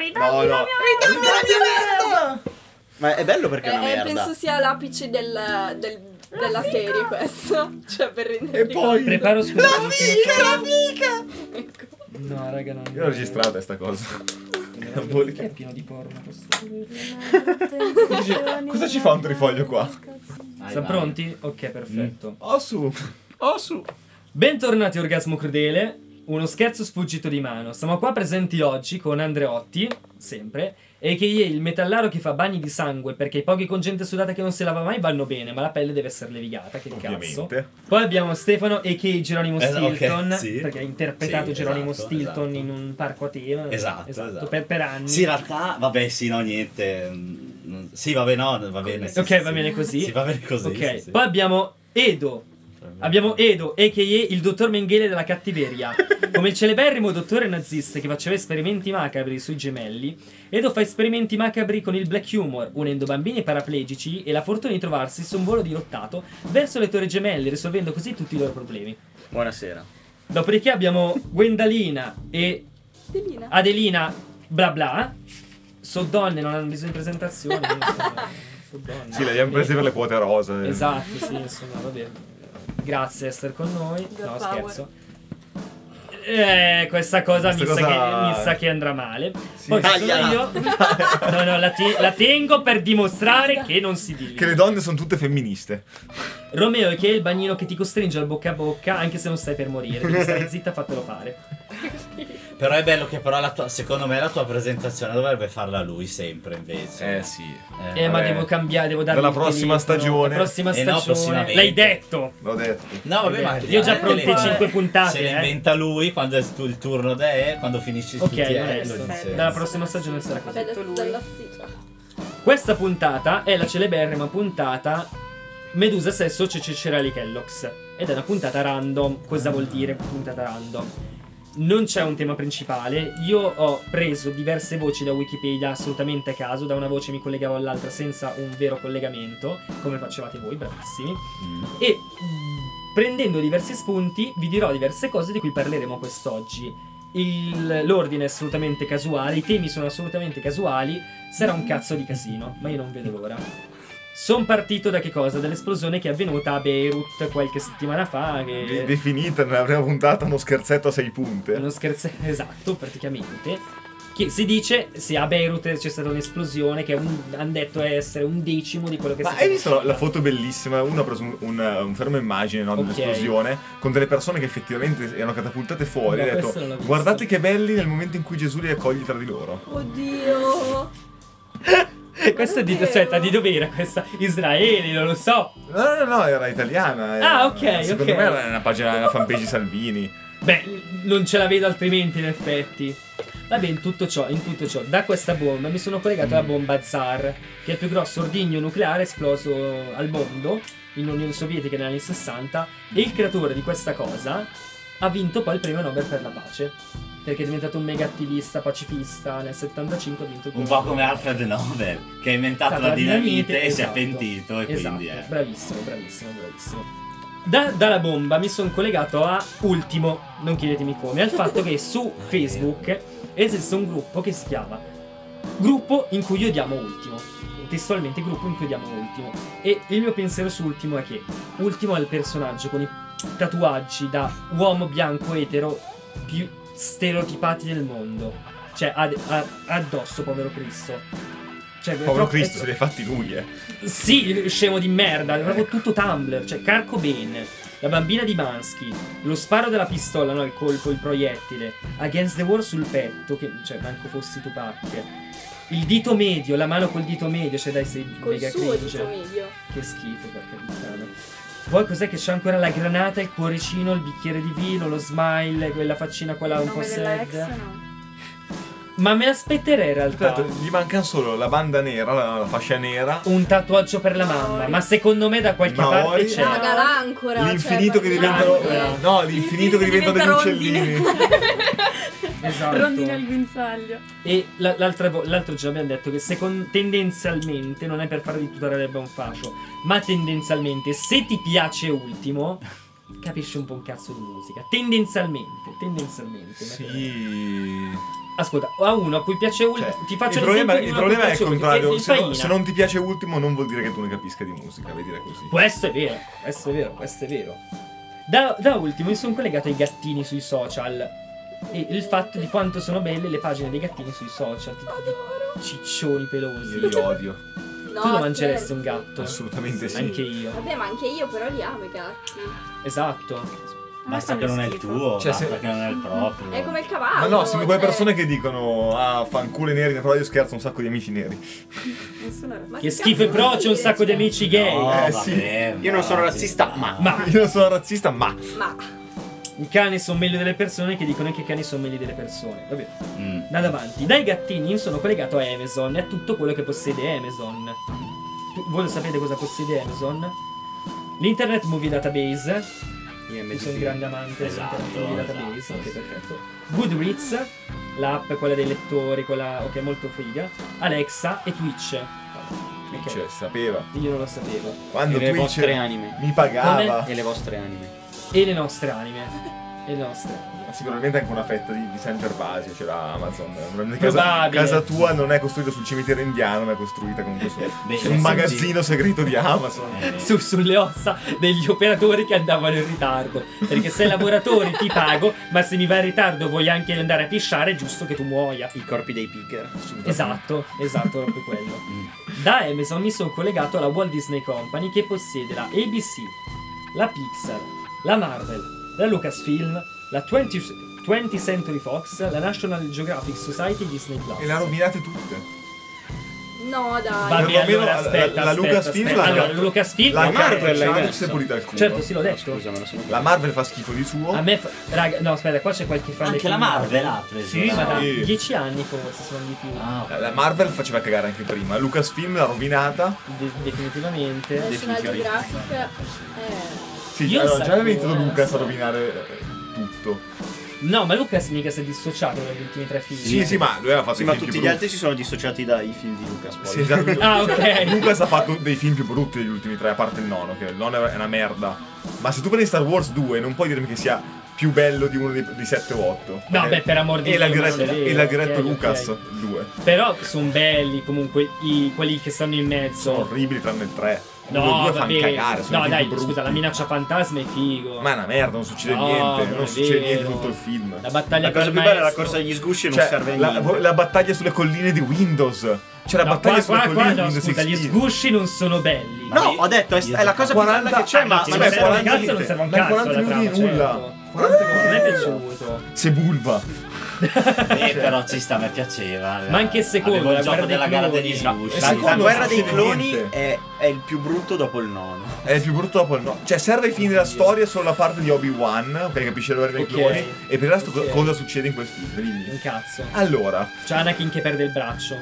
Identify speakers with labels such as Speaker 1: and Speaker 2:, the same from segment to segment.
Speaker 1: Ritagli
Speaker 2: No,
Speaker 1: la
Speaker 2: no.
Speaker 1: mia merda!
Speaker 2: Ma è bello perché è una
Speaker 3: Eh,
Speaker 2: merda.
Speaker 3: penso sia l'apice del- del- della serie questo. Cioè, per rendere
Speaker 4: Preparo scusa.
Speaker 2: fica!
Speaker 4: Ecco. No, raga, no.
Speaker 2: Io l'ho registrata sta cosa.
Speaker 4: Perché
Speaker 2: Volca.
Speaker 4: È pieno di porno questo.
Speaker 2: Cosa ci- cosa ci fa un trifoglio qua?
Speaker 4: Siamo pronti? Ok,
Speaker 5: Mm.
Speaker 4: perfetto.
Speaker 2: Osu! Osu!
Speaker 4: Bentornati a Orgasmo Crudele, uno scherzo sfuggito di mano. Siamo qua presenti oggi con Andreotti, sempre, e che è il metallaro che fa bagni di sangue perché i pochi con gente sudata che non si lava mai vanno bene, ma la pelle deve essere levigata, che cazzo.
Speaker 2: Ovviamente.
Speaker 4: Poi abbiamo Stefano e che Geronimo
Speaker 5: Eh, ok,
Speaker 4: Stilton,
Speaker 5: sì.
Speaker 4: perché ha interpretato
Speaker 5: Sì,
Speaker 4: Geronimo
Speaker 5: esatto,
Speaker 4: Stilton
Speaker 5: esatto.
Speaker 4: in un parco a tema.
Speaker 5: Esatto, esatto.
Speaker 4: Per, per anni.
Speaker 5: Sì, in realtà, vabbè, sì, no, niente. mm, non- Sì, vabbè, no, va bene. sì,
Speaker 4: ok,
Speaker 5: sì,
Speaker 4: va
Speaker 5: sì.
Speaker 4: bene così.
Speaker 5: Sì, va bene così.
Speaker 4: Ok,
Speaker 5: sì, sì.
Speaker 4: poi abbiamo Edo. Abbiamo Edo, a.k.a. il dottor Mengele della cattiveria. Come il celeberrimo dottore nazista che faceva esperimenti macabri sui gemelli, Edo fa esperimenti macabri con il black humor, unendo bambini paraplegici e la fortuna di trovarsi su un volo dirottato verso le torre gemelle, risolvendo così tutti i loro problemi.
Speaker 6: Buonasera.
Speaker 4: Dopodiché abbiamo Gwendalina e
Speaker 3: Adelina.
Speaker 2: Ah,
Speaker 4: Adelina bla bla. So donne, non hanno bisogno di presentazioni. quindi insomma, so donne.
Speaker 2: Sì, le abbiamo prese per le quote eh. rose.
Speaker 4: Esatto, sì, insomma, vabbè. Grazie di essere con noi.
Speaker 3: Girl
Speaker 4: no,
Speaker 3: power.
Speaker 4: scherzo. Eh, questa cosa,
Speaker 2: Questa
Speaker 4: mi, Sa
Speaker 2: cosa-
Speaker 4: che, mi sa che andrà male.
Speaker 2: Sì.
Speaker 4: Poi ci sono
Speaker 5: Tagliala.
Speaker 4: io. No, no, la, te- la tengo per dimostrare che non si dice.
Speaker 2: Che le donne sono tutte femministe.
Speaker 4: Romeo, che è il bagnino che ti costringe al bocca a bocca, anche se non stai per morire. Devi stare zitta, fatelo fare.
Speaker 5: Però è bello che però la tua, secondo me la tua presentazione dovrebbe farla lui sempre invece.
Speaker 2: Eh sì.
Speaker 5: Eh,
Speaker 4: Eh, ma
Speaker 2: vabbè.
Speaker 4: devo cambiare, devo dargli
Speaker 2: Dalla
Speaker 4: il
Speaker 2: prossima
Speaker 4: telefono,
Speaker 2: stagione.
Speaker 4: La prossima
Speaker 5: Eh no,
Speaker 4: stagione.
Speaker 5: prossimamente.
Speaker 4: L'hai detto.
Speaker 2: L'ho detto.
Speaker 5: No, vabbè, ma
Speaker 4: L'hai detto. Io ho già
Speaker 5: eh,
Speaker 4: pronte
Speaker 5: se le-
Speaker 4: cinque puntate,
Speaker 5: Se le
Speaker 4: eh.
Speaker 5: inventa lui quando è tu- il turno da E, quando finisci
Speaker 4: Ok,
Speaker 5: tutti eh,
Speaker 4: adesso.
Speaker 5: lo dice.
Speaker 4: Dalla prossima stagione sarà così.
Speaker 3: Vabbè,
Speaker 1: detto lui.
Speaker 3: dalla sigla.
Speaker 4: Questa puntata è la celeberrima puntata Medusa Sesso Cecerali Kellogg's ed è una puntata random. Cosa vuol dire puntata random? Non c'è un tema principale, io ho preso diverse voci da Wikipedia assolutamente a caso, da una voce mi collegavo all'altra senza un vero collegamento, come facevate voi, bravissimi,
Speaker 5: Mm.
Speaker 4: e mh, prendendo diversi spunti vi dirò diverse cose di cui parleremo quest'oggi. Il- l'ordine è assolutamente casuale, i temi sono assolutamente casuali, Sarà un cazzo di casino, ma io non vedo l'ora. Sono partito da che cosa? Dall'esplosione che è avvenuta a Beirut qualche settimana fa.
Speaker 2: De-
Speaker 4: Che
Speaker 2: Definita nella prima puntata uno scherzetto a sei punte.
Speaker 4: Eh. uno scherzo esatto, praticamente. Che si dice, se a Beirut c'è stata un'esplosione che hanno detto essere un decimo di quello che
Speaker 2: Ma
Speaker 4: si
Speaker 2: hai visto la, la foto bellissima? Uno ha preso un, un, eh, un fermo immagine no, di
Speaker 4: Ok.
Speaker 2: un'esplosione con delle persone che effettivamente erano catapultate fuori.
Speaker 4: No,
Speaker 2: e ha
Speaker 4: questo non l'ho
Speaker 2: detto:
Speaker 4: visto.
Speaker 2: Guardate che belli nel momento in cui Gesù li accoglie tra di loro.
Speaker 3: Oddio.
Speaker 4: Questa è di,
Speaker 3: Davvero?
Speaker 4: aspetta, di dove era questa? Israele, non lo so.
Speaker 2: No, no, no, no, era italiana. era-
Speaker 4: Ah, ok,
Speaker 2: Secondo
Speaker 4: ok.
Speaker 2: me era una pagina, una fanpage Salvini.
Speaker 4: Beh, non ce la vedo altrimenti, in effetti. Vabbè, in tutto ciò, in tutto ciò, da questa bomba mi sono collegato
Speaker 5: Mm.
Speaker 4: alla bomba Zar, che è il più grosso ordigno nucleare esploso al mondo in Unione Sovietica negli anni 60. E il creatore di questa cosa ha vinto poi il premio Nobel per la pace. Perché è diventato un mega attivista pacifista. Nel 75 ha vinto il
Speaker 5: Un
Speaker 4: premio
Speaker 5: po' come Alfred Nobel, che ha inventato
Speaker 4: Stata
Speaker 5: la dinamite e si è
Speaker 4: esatto.
Speaker 5: pentito e
Speaker 4: esatto.
Speaker 5: quindi eh.
Speaker 4: Bravissimo, bravissimo, bravissimo. Da- dalla bomba mi sono collegato a ultimo, non chiedetemi come, al fatto che su Facebook esiste un gruppo che si chiama Gruppo in cui odiamo ultimo. Testualmente gruppo in cui odiamo ultimo. E il mio pensiero su ultimo è che ultimo è il personaggio con i tatuaggi da uomo bianco etero più stereotipati del mondo. Cioè, ad- a- addosso, povero Cristo. Cioè, è
Speaker 2: Povero
Speaker 4: troppo-
Speaker 2: Cristo, se
Speaker 4: è-
Speaker 2: li ha fatti lui, eh.
Speaker 4: sì, scemo di merda, è proprio tutto Tumblr, cioè Carco Bane, la bambina di Mansky, lo sparo della pistola, no, il colpo, il proiettile, Against the War sul petto, che cioè manco fossi tu pacche. Il dito medio, la mano col dito medio, cioè dai sei
Speaker 3: Col
Speaker 4: mega
Speaker 3: suo
Speaker 4: cringe.
Speaker 3: dito medio.
Speaker 4: Che schifo, porca puttana. Poi cos'è che c'è ancora la granata, il cuoricino, il bicchiere di vino, lo smile, quella faccina quella un po' sad. Ma me l'aspetterei in realtà.
Speaker 2: Aspetta, gli mancano solo la banda nera, la, la fascia nera,
Speaker 4: Un tatuaggio per la mamma, ma secondo me da qualche
Speaker 2: Maori.
Speaker 4: parte c'è.
Speaker 3: No, raga, l'ancora.
Speaker 2: Eh, l'infinito
Speaker 3: cioè,
Speaker 2: che
Speaker 3: parliamo
Speaker 2: diventano.
Speaker 3: di-
Speaker 4: Ancora.
Speaker 2: No, l'infinito che diventano degli uccellini.
Speaker 4: Esatto.
Speaker 1: Rondina al guinzaglio.
Speaker 4: E la- l'altra vo- l'altro giorno abbiamo detto che secon- tendenzialmente, non è per fare di tutta la erba un fascio, ma tendenzialmente se ti piace ultimo, capisce un po' un cazzo di musica. Tendenzialmente, tendenzialmente.
Speaker 2: Sì.
Speaker 4: Ascolta, a uno a cui piace ultimo,
Speaker 2: Cioè,
Speaker 4: ti faccio
Speaker 2: il problema,
Speaker 4: l'esempio di
Speaker 2: il
Speaker 4: uno
Speaker 2: problema
Speaker 4: a cui
Speaker 2: è il
Speaker 4: piace Ultimo,
Speaker 2: contrario.
Speaker 4: che è
Speaker 2: Se non,
Speaker 4: Faina.
Speaker 2: se non ti piace ultimo, non vuol dire che tu ne capisca di musica, vedila così.
Speaker 4: Questo è vero, questo è vero, questo è vero. Da, da ultimo mi sono collegato ai gattini sui social e il fatto di quanto sono belle le pagine dei gattini sui social,
Speaker 2: eh.
Speaker 4: tipo
Speaker 3: Adoro.
Speaker 4: di ciccioni pelosi.
Speaker 2: Io li odio.
Speaker 3: No,
Speaker 4: tu lo mangeresti un
Speaker 3: scherzi.
Speaker 4: gatto?
Speaker 2: Assolutamente sì.
Speaker 4: Anche io.
Speaker 3: Vabbè, ma anche io però li amo i gatti.
Speaker 4: Esatto.
Speaker 5: Basta che non è il tuo,
Speaker 2: Cioè,
Speaker 5: basta
Speaker 2: se-
Speaker 5: che non è il proprio.
Speaker 3: È come il
Speaker 2: Ma
Speaker 3: cavallo.
Speaker 2: no, sono quelle
Speaker 3: cioè-
Speaker 2: persone che dicono ah, fanculo i neri, però io scherzo un sacco di amici neri.
Speaker 3: Ma
Speaker 4: Che
Speaker 3: cazzo
Speaker 4: schifo e
Speaker 3: vuol
Speaker 4: pro c'è un
Speaker 3: dire,
Speaker 4: sacco di
Speaker 3: cioè?
Speaker 4: amici gay.
Speaker 5: No,
Speaker 2: Eh,
Speaker 5: vabbè,
Speaker 2: sì.
Speaker 1: Io non sono
Speaker 5: no,
Speaker 1: razzista,
Speaker 5: sì,
Speaker 1: ma-
Speaker 5: no.
Speaker 4: Ma
Speaker 2: Io non sono razzista, ma
Speaker 3: Ma
Speaker 4: i cani sono meglio delle persone che dicono che i cani sono meglio delle persone. Vabbè,
Speaker 5: Mm.
Speaker 4: da davanti. Dai gattini io sono collegato a Amazon e a tutto quello che possiede Amazon. Tu- Voi lo sapete cosa possiede Amazon? L'Internet Movie Database. Io sono un grande amante
Speaker 5: Esatto,
Speaker 4: dell'Internet Movie
Speaker 5: esatto,
Speaker 4: Database.
Speaker 5: sì,
Speaker 4: ok,
Speaker 5: sì.
Speaker 4: perfetto. Goodreads, l'app, quella dei lettori, quella ok, molto figa. Alexa e Twitch. Ok,
Speaker 2: Cioè, sapeva.
Speaker 4: Io non lo sapevo.
Speaker 2: Quando
Speaker 1: E le
Speaker 2: Twitch
Speaker 1: vostre anime.
Speaker 2: mi pagava.
Speaker 1: E le vostre anime.
Speaker 4: E le nostre anime. E le nostre anime.
Speaker 2: Ma Sicuramente anche una fetta di, di San Gervasio, c'era Amazon. Nella Casa,
Speaker 4: Probabile.
Speaker 2: casa tua non è costruita sul cimitero indiano, ma è costruita con questo
Speaker 5: Beh,
Speaker 2: un
Speaker 5: sì.
Speaker 2: magazzino segreto di Amazon.
Speaker 5: Eh,
Speaker 4: su, sulle ossa degli operatori che andavano in ritardo. Perché se lavoratori ti pago, ma se mi vai in ritardo e vuoi anche andare a pisciare, è giusto che tu muoia.
Speaker 1: I corpi dei pigger.
Speaker 4: Esatto, esatto, proprio quello.
Speaker 5: Mm.
Speaker 4: Da Amazon mi sono collegato alla Walt Disney Company che possiede la ABC, la Pixar, la Marvel, la Lucasfilm, la 20, 20th Century Fox, la National Geographic Society e Disney Plus.
Speaker 2: E le ha rovinate tutte.
Speaker 3: no, dai.
Speaker 4: Vabbè,
Speaker 2: Perlomeno la-
Speaker 4: allora,
Speaker 2: la-
Speaker 4: aspetta,
Speaker 2: la
Speaker 4: aspetta,
Speaker 2: Lucasfilm
Speaker 4: aspetta.
Speaker 2: l'ha-
Speaker 4: Allora, la Lucasfilm
Speaker 2: La
Speaker 1: Ma Marvel l'hai
Speaker 2: Marvel
Speaker 1: messo?
Speaker 2: è pulita al culo.
Speaker 4: Certo, sì, l'ho
Speaker 1: No,
Speaker 4: detto.
Speaker 1: scusa, me lo sono
Speaker 2: La Marvel fa schifo di suo.
Speaker 4: A me, fa- raga, no, aspetta, qua c'è qualche fan
Speaker 5: Anche
Speaker 4: dei
Speaker 5: la
Speaker 4: film
Speaker 5: Marvel ha preso.
Speaker 4: Sì,
Speaker 5: la-
Speaker 4: ma da
Speaker 2: Sì.
Speaker 4: 10 anni forse, se non di più.
Speaker 5: Ah, ok.
Speaker 2: La Marvel faceva cagare anche prima. Lucasfilm l'ha rovinata.
Speaker 4: De- definitivamente.
Speaker 3: National
Speaker 1: Definitivamente.
Speaker 3: Geographic. Eh.
Speaker 2: Sì,
Speaker 4: Io
Speaker 2: allora,
Speaker 4: sa-
Speaker 2: già aveva iniziato
Speaker 4: eh,
Speaker 2: Lucas
Speaker 4: so.
Speaker 2: a rovinare eh, tutto.
Speaker 4: No, ma Lucas mica si è dissociato dagli ultimi tre film.
Speaker 2: Sì, sì, ma lui aveva fatto
Speaker 1: Sì,
Speaker 2: i
Speaker 1: ma
Speaker 2: film
Speaker 1: tutti
Speaker 2: più
Speaker 1: gli
Speaker 2: brutti.
Speaker 1: altri si sono dissociati dai film di Lucas. Poi.
Speaker 2: Sì, esatto.
Speaker 4: Ah, ok.
Speaker 2: Lucas ha fatto dei film più brutti degli ultimi tre, a parte il nono, che il nono è una merda. Ma se tu prendi Star Wars 2, non puoi dirmi che sia più bello di uno dei- di 7 o 8.
Speaker 4: No, beh, per amor di
Speaker 2: E l'ha
Speaker 4: Dio,
Speaker 2: diretto,
Speaker 4: non è vero,
Speaker 2: e l'ha diretto
Speaker 4: ok,
Speaker 2: Lucas
Speaker 4: ok.
Speaker 2: il 2.
Speaker 4: Però sono belli comunque i- quelli che stanno in
Speaker 2: Sono
Speaker 4: mezzo.
Speaker 2: orribili tranne il 3.
Speaker 4: No,
Speaker 2: due
Speaker 4: vabbè.
Speaker 2: fanno cagare, sono
Speaker 4: no,
Speaker 2: film
Speaker 4: dai,
Speaker 2: brutti.
Speaker 4: scusa, la minaccia fantasma è figo.
Speaker 2: Ma è una merda, non succede
Speaker 4: No,
Speaker 2: niente,
Speaker 4: non
Speaker 2: non,
Speaker 4: è
Speaker 2: succede
Speaker 4: vero.
Speaker 2: niente in tutto il film.
Speaker 4: La battaglia
Speaker 1: La cosa
Speaker 4: col
Speaker 1: più bella è la
Speaker 4: maestro.
Speaker 1: corsa agli sgusci e non
Speaker 2: Cioè,
Speaker 1: serve a
Speaker 2: la,
Speaker 1: niente.
Speaker 2: la battaglia sulle colline di Windows. C'è la
Speaker 4: No,
Speaker 2: battaglia
Speaker 4: qua,
Speaker 2: sulle
Speaker 4: qua,
Speaker 2: colline
Speaker 4: qua,
Speaker 2: di
Speaker 4: no,
Speaker 2: Windows
Speaker 4: scusa, gli
Speaker 2: 16.
Speaker 4: sgusci non sono belli.
Speaker 1: No,
Speaker 5: Io-
Speaker 1: ho detto, è,
Speaker 5: io
Speaker 1: è la cosa più bella
Speaker 2: 40
Speaker 1: che c'è, ma,
Speaker 4: Sì,
Speaker 1: ma
Speaker 4: ma
Speaker 1: è
Speaker 2: vabbè,
Speaker 4: serve un
Speaker 2: 40
Speaker 4: cazzo, cioè, non
Speaker 2: minuti.
Speaker 4: serve un
Speaker 2: Ma
Speaker 4: cazzo.
Speaker 2: 40
Speaker 4: la
Speaker 2: minuti
Speaker 4: trama,
Speaker 2: di nulla.
Speaker 4: certo.
Speaker 2: 40 minuti.
Speaker 4: Non è piaciuto.
Speaker 2: Sebulba.
Speaker 5: Eh, però ci sta, mi piaceva.
Speaker 4: Ma anche il secondo,
Speaker 5: Avevo
Speaker 4: la
Speaker 5: il gioco
Speaker 4: guerra dei
Speaker 5: della gara
Speaker 4: cloni.
Speaker 5: degli
Speaker 1: No,
Speaker 5: sgusci.
Speaker 1: la, la
Speaker 2: secondo
Speaker 1: guerra
Speaker 2: non
Speaker 1: dei
Speaker 2: c'è
Speaker 1: cloni
Speaker 2: niente.
Speaker 1: è, è il più brutto dopo il nono.
Speaker 2: È il più brutto dopo il no. Cioè, serve ai fini della storia solo la parte di Obi-Wan, ok, capisce l'ora dei
Speaker 4: Ok.
Speaker 2: cloni. E per il resto co-
Speaker 4: Ok.
Speaker 2: cosa succede in quel film? Dimmi.
Speaker 4: Un cazzo.
Speaker 2: Allora,
Speaker 4: C'è Anakin che perde il braccio.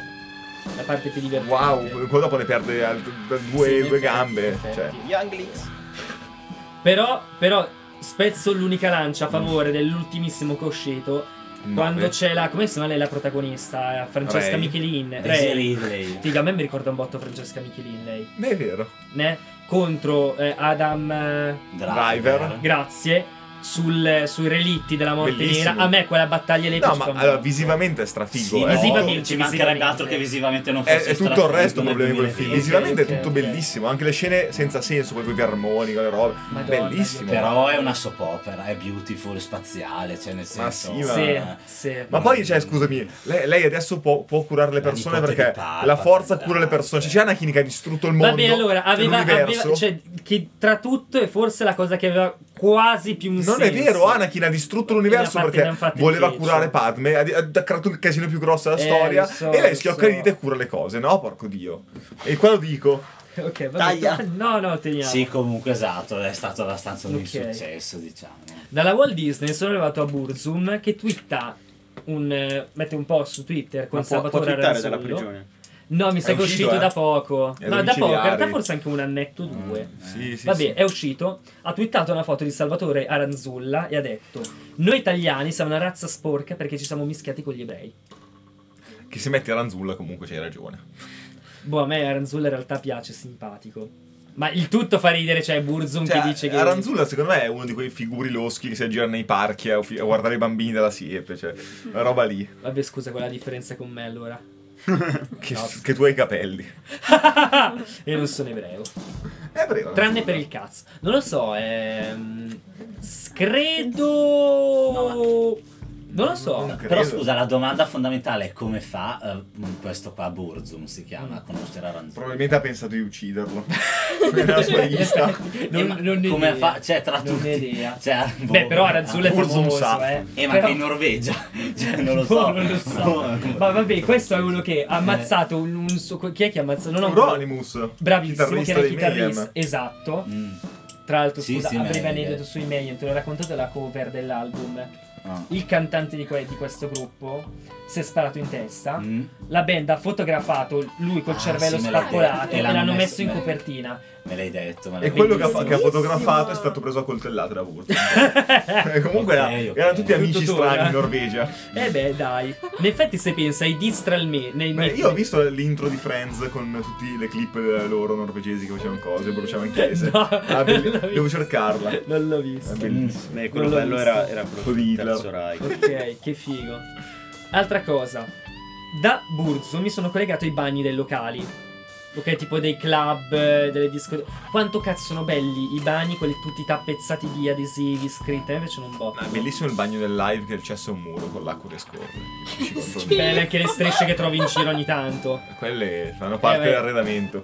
Speaker 4: La parte più divertente.
Speaker 2: wow, quello dopo ne perde alt-
Speaker 4: Sì, in
Speaker 2: due, due
Speaker 4: effetti, in
Speaker 2: gambe.
Speaker 4: effetti.
Speaker 2: Cioè.
Speaker 1: Younglings.
Speaker 4: Però, però spezzo l'unica lancia
Speaker 2: Mm.
Speaker 4: a favore dell'ultimissimo che è uscito.
Speaker 2: no,
Speaker 4: quando
Speaker 2: beh.
Speaker 4: c'è la. Come si chiama lei la protagonista? Francesca
Speaker 2: Ray.
Speaker 4: Michelin.
Speaker 5: Daisy
Speaker 4: Ray.
Speaker 5: Ridley.
Speaker 4: Figa, a me mi ricorda un botto Francesca Michelin lei.
Speaker 2: Beh, è vero.
Speaker 4: Né? Contro eh, Adam. eh,
Speaker 2: Driver.
Speaker 4: grazie. sul- eh, sui relitti della morte
Speaker 2: Bellissimo.
Speaker 4: nera. A me quella battaglia lei
Speaker 2: No,
Speaker 4: piace
Speaker 2: ma
Speaker 4: tanto.
Speaker 2: allora, visivamente è strafigo.
Speaker 5: Sì,
Speaker 2: eh.
Speaker 5: no,
Speaker 4: visivamente,
Speaker 5: ci mancherebbe
Speaker 4: visivamente.
Speaker 5: altro che visivamente non
Speaker 2: È,
Speaker 5: fosse
Speaker 2: è tutto il resto
Speaker 5: strafigo
Speaker 2: problema di quel
Speaker 5: nel
Speaker 2: film.
Speaker 5: 2020.
Speaker 2: Visivamente
Speaker 4: ok,
Speaker 2: è tutto
Speaker 4: ok.
Speaker 2: bellissimo, anche le scene senza senso, poi con i vermoni, con le robe.
Speaker 4: Madonna,
Speaker 2: bellissimo.
Speaker 5: Però è una soap opera, è beautiful, spaziale, cioè nel senso...
Speaker 2: sì, ma-
Speaker 4: Sì,
Speaker 5: eh,
Speaker 4: sì.
Speaker 2: Ma poi, cioè, scusami, lei, lei adesso può, può curare le
Speaker 5: La
Speaker 2: persone
Speaker 5: nipote
Speaker 2: perché
Speaker 5: di Palpatine,
Speaker 2: la forza
Speaker 5: dai,
Speaker 2: cura le persone. Cioè,
Speaker 5: cioè.
Speaker 2: c'è Anakin che ha distrutto il mondo.
Speaker 4: Vabbè, allora,
Speaker 2: cioè,
Speaker 4: aveva,
Speaker 2: l'universo.
Speaker 4: aveva- cioè, che tra tutto è forse la cosa che aveva quasi più un
Speaker 2: non
Speaker 4: senso.
Speaker 2: è vero, Anakin ha distrutto l'universo
Speaker 4: Ne ha fatti- ne
Speaker 2: perché
Speaker 4: ha fatti
Speaker 2: voleva
Speaker 4: dieci.
Speaker 2: curare Padme, ha, ha creato il casino più grosso della
Speaker 4: Eh,
Speaker 2: storia.
Speaker 4: lo so,
Speaker 2: e lei
Speaker 4: lo
Speaker 2: schiocca le
Speaker 4: so.
Speaker 2: dita e cura le cose, no? Porco dio. E qua lo dico.
Speaker 4: Ok, vabbè,
Speaker 1: Taglia.
Speaker 4: to- No, no, teniamo.
Speaker 5: eh, Sì, comunque esatto, è stato abbastanza un
Speaker 4: Ok.
Speaker 5: insuccesso, diciamo.
Speaker 4: Dalla Walt Disney sono arrivato a Burzum che twitta un eh, mette un post su Twitter con
Speaker 1: Ma può, può
Speaker 4: Salvatore
Speaker 1: twittare dalla
Speaker 4: Aranzulo.
Speaker 1: prigione.
Speaker 4: No, mi sa
Speaker 2: È
Speaker 4: che è
Speaker 2: uscito,
Speaker 4: uscito
Speaker 2: eh?
Speaker 4: da poco.
Speaker 2: È
Speaker 4: no, da poco, in
Speaker 2: domiciliari.
Speaker 4: realtà forse anche un annetto o due.
Speaker 2: Sì, sì.
Speaker 4: Vabbè,
Speaker 2: sì.
Speaker 4: è uscito, ha twittato una foto di Salvatore Aranzulla e ha detto: Noi italiani siamo una razza sporca perché ci siamo mischiati con gli ebrei.
Speaker 2: Che se mette Ranzulla comunque c'hai ragione.
Speaker 4: Boh, a me Aranzulla in realtà piace, è simpatico. Ma il tutto fa ridere, c'è Burzum
Speaker 2: Cioè,
Speaker 4: che dice che...
Speaker 2: Aranzulla secondo me è uno di quei figuri loschi che si aggira nei parchi a, a guardare i bambini della siepe, cioè una roba lì,
Speaker 4: Vabbè, scusa, quella differenza con me allora.
Speaker 2: che,
Speaker 4: No.
Speaker 2: che tu hai i capelli.
Speaker 4: e non sono ebreo.
Speaker 2: È vero.
Speaker 4: Tranne per il cazzo. Non lo so, ehm... s- Credo... Non lo
Speaker 2: Non
Speaker 4: so.
Speaker 2: credo.
Speaker 5: Però scusa, la domanda fondamentale è come fa eh, questo qua, Burzum si chiama,
Speaker 4: Mm.
Speaker 5: a conoscere Aranzulla.
Speaker 2: Probabilmente ha pensato di ucciderlo. Nella sua lista.
Speaker 5: Eh,
Speaker 4: Non,
Speaker 5: ma
Speaker 4: non ne
Speaker 5: come
Speaker 4: idea.
Speaker 5: fa? Cioè, tra
Speaker 4: Non ne
Speaker 5: tutti.
Speaker 4: idea.
Speaker 5: Cioè,
Speaker 4: Beh,
Speaker 5: boh.
Speaker 4: però Aranzulla è
Speaker 2: Burzum
Speaker 4: famoso,
Speaker 2: sa.
Speaker 4: eh.
Speaker 5: Eh, ma
Speaker 4: Però-
Speaker 5: anche in Norvegia. Cioè, non lo
Speaker 4: Boh,
Speaker 5: so.
Speaker 4: non lo so.
Speaker 5: Boh.
Speaker 4: Ma vabbè, questo è uno che ha ammazzato un, un suo... Chi è che ha ammazzato? Non ho
Speaker 2: Euronymous.
Speaker 4: Bravissimo, che era il
Speaker 2: dei Mayhem.
Speaker 4: chitarrista. Esatto.
Speaker 5: Mm,
Speaker 4: Tra l'altro,
Speaker 5: Sì,
Speaker 4: scusa,
Speaker 5: sì,
Speaker 4: avrei
Speaker 5: Mayhem.
Speaker 4: aneddoto sui Mayhem, te l'ho raccontato la cover dell'album.
Speaker 5: no.
Speaker 4: Il cantante di, que- di questo gruppo si è sparato in testa.
Speaker 5: Mm.
Speaker 4: La band ha fotografato lui col
Speaker 5: Ah,
Speaker 4: cervello
Speaker 5: sì, me l'hai
Speaker 4: spaccolato
Speaker 5: detto.
Speaker 4: e l'hanno messo in copertina.
Speaker 5: Me l'hai detto, me l'hai
Speaker 2: E quello che ha, fa-
Speaker 5: detto.
Speaker 2: che ha
Speaker 3: Bellissimo.
Speaker 2: fotografato è stato preso a coltellate da Wurz. Comunque era-
Speaker 5: Ok, ok.
Speaker 2: erano tutti Eh, amici
Speaker 4: Tutto
Speaker 2: strani
Speaker 4: torna.
Speaker 2: in Norvegia.
Speaker 4: Eh beh, dai. In effetti, se pensa ai diss tra il me. Nei,
Speaker 2: Beh,
Speaker 4: nei-
Speaker 2: io ho visto l'intro di Friends con tutte le clip eh, loro norvegesi che facevano cose, bruciavano chiese.
Speaker 4: Eh, No,
Speaker 2: Ah, belli-
Speaker 4: non l'ho
Speaker 2: Devo
Speaker 4: visto.
Speaker 2: cercarla. È
Speaker 4: Non l'ho visto.
Speaker 2: bellissimo.
Speaker 1: Beh, Eh, quello
Speaker 4: Non l'ho
Speaker 1: bello
Speaker 4: visto.
Speaker 1: era, era proprio
Speaker 2: Con
Speaker 1: il
Speaker 2: Hitler.
Speaker 1: terzo Reich.
Speaker 4: Ok, che figo. Altra cosa. Da Burzo mi sono collegato ai bagni dei locali. Ok, tipo dei club, eh, delle discoteche. Quanto cazzo sono belli i bagni, quelli tutti tappezzati di adesivi, scritte. Invece non botto.
Speaker 2: Ma è bellissimo il bagno del live che il cesso è un muro con l'acqua che scorre. Ci conto
Speaker 3: Sì.
Speaker 2: niente.
Speaker 4: Beh, perché le strisce che trovi in giro ogni tanto.
Speaker 2: Quelle fanno parte
Speaker 4: Eh, beh.
Speaker 2: dell'arredamento.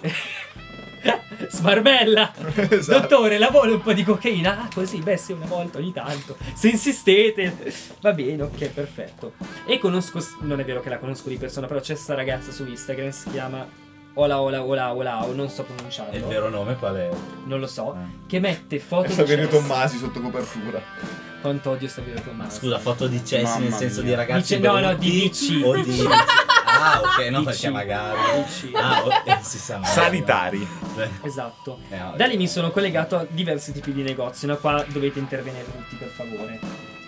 Speaker 4: Sbarbella!
Speaker 2: Esatto.
Speaker 4: Dottore, la vuole un po' di cocaina? Ah, così, beh, sì, una volta ogni tanto. Se insistete. Va bene, ok, perfetto. E conosco, non è vero che la conosco di persona, però c'è sta ragazza su Instagram, si chiama Ola Ola Ola Ola, o non so
Speaker 5: E Il
Speaker 4: pronunciarlo,
Speaker 5: vero nome qual è?
Speaker 4: non lo so,
Speaker 5: Eh.
Speaker 4: che mette foto
Speaker 2: È Saverio
Speaker 4: cesso.
Speaker 2: Tommasi sotto copertura.
Speaker 4: Quanto odio Saverio Tommasi.
Speaker 5: Eh. Scusa, foto di Chelsea
Speaker 1: Mamma
Speaker 5: nel senso
Speaker 1: mia.
Speaker 5: di ragazzi
Speaker 4: Dice- no, no,
Speaker 5: brutti
Speaker 4: di DC.
Speaker 5: o di... Ah, ok, no,
Speaker 4: DC.
Speaker 5: perché magari...
Speaker 4: DC.
Speaker 5: Ah, ok, si sa. magari.
Speaker 2: Sanitari.
Speaker 5: Eh,
Speaker 4: Esatto.
Speaker 5: no,
Speaker 4: Da lì mi sono collegato a diversi tipi di negozi, no? Qua dovete intervenire tutti, per favore.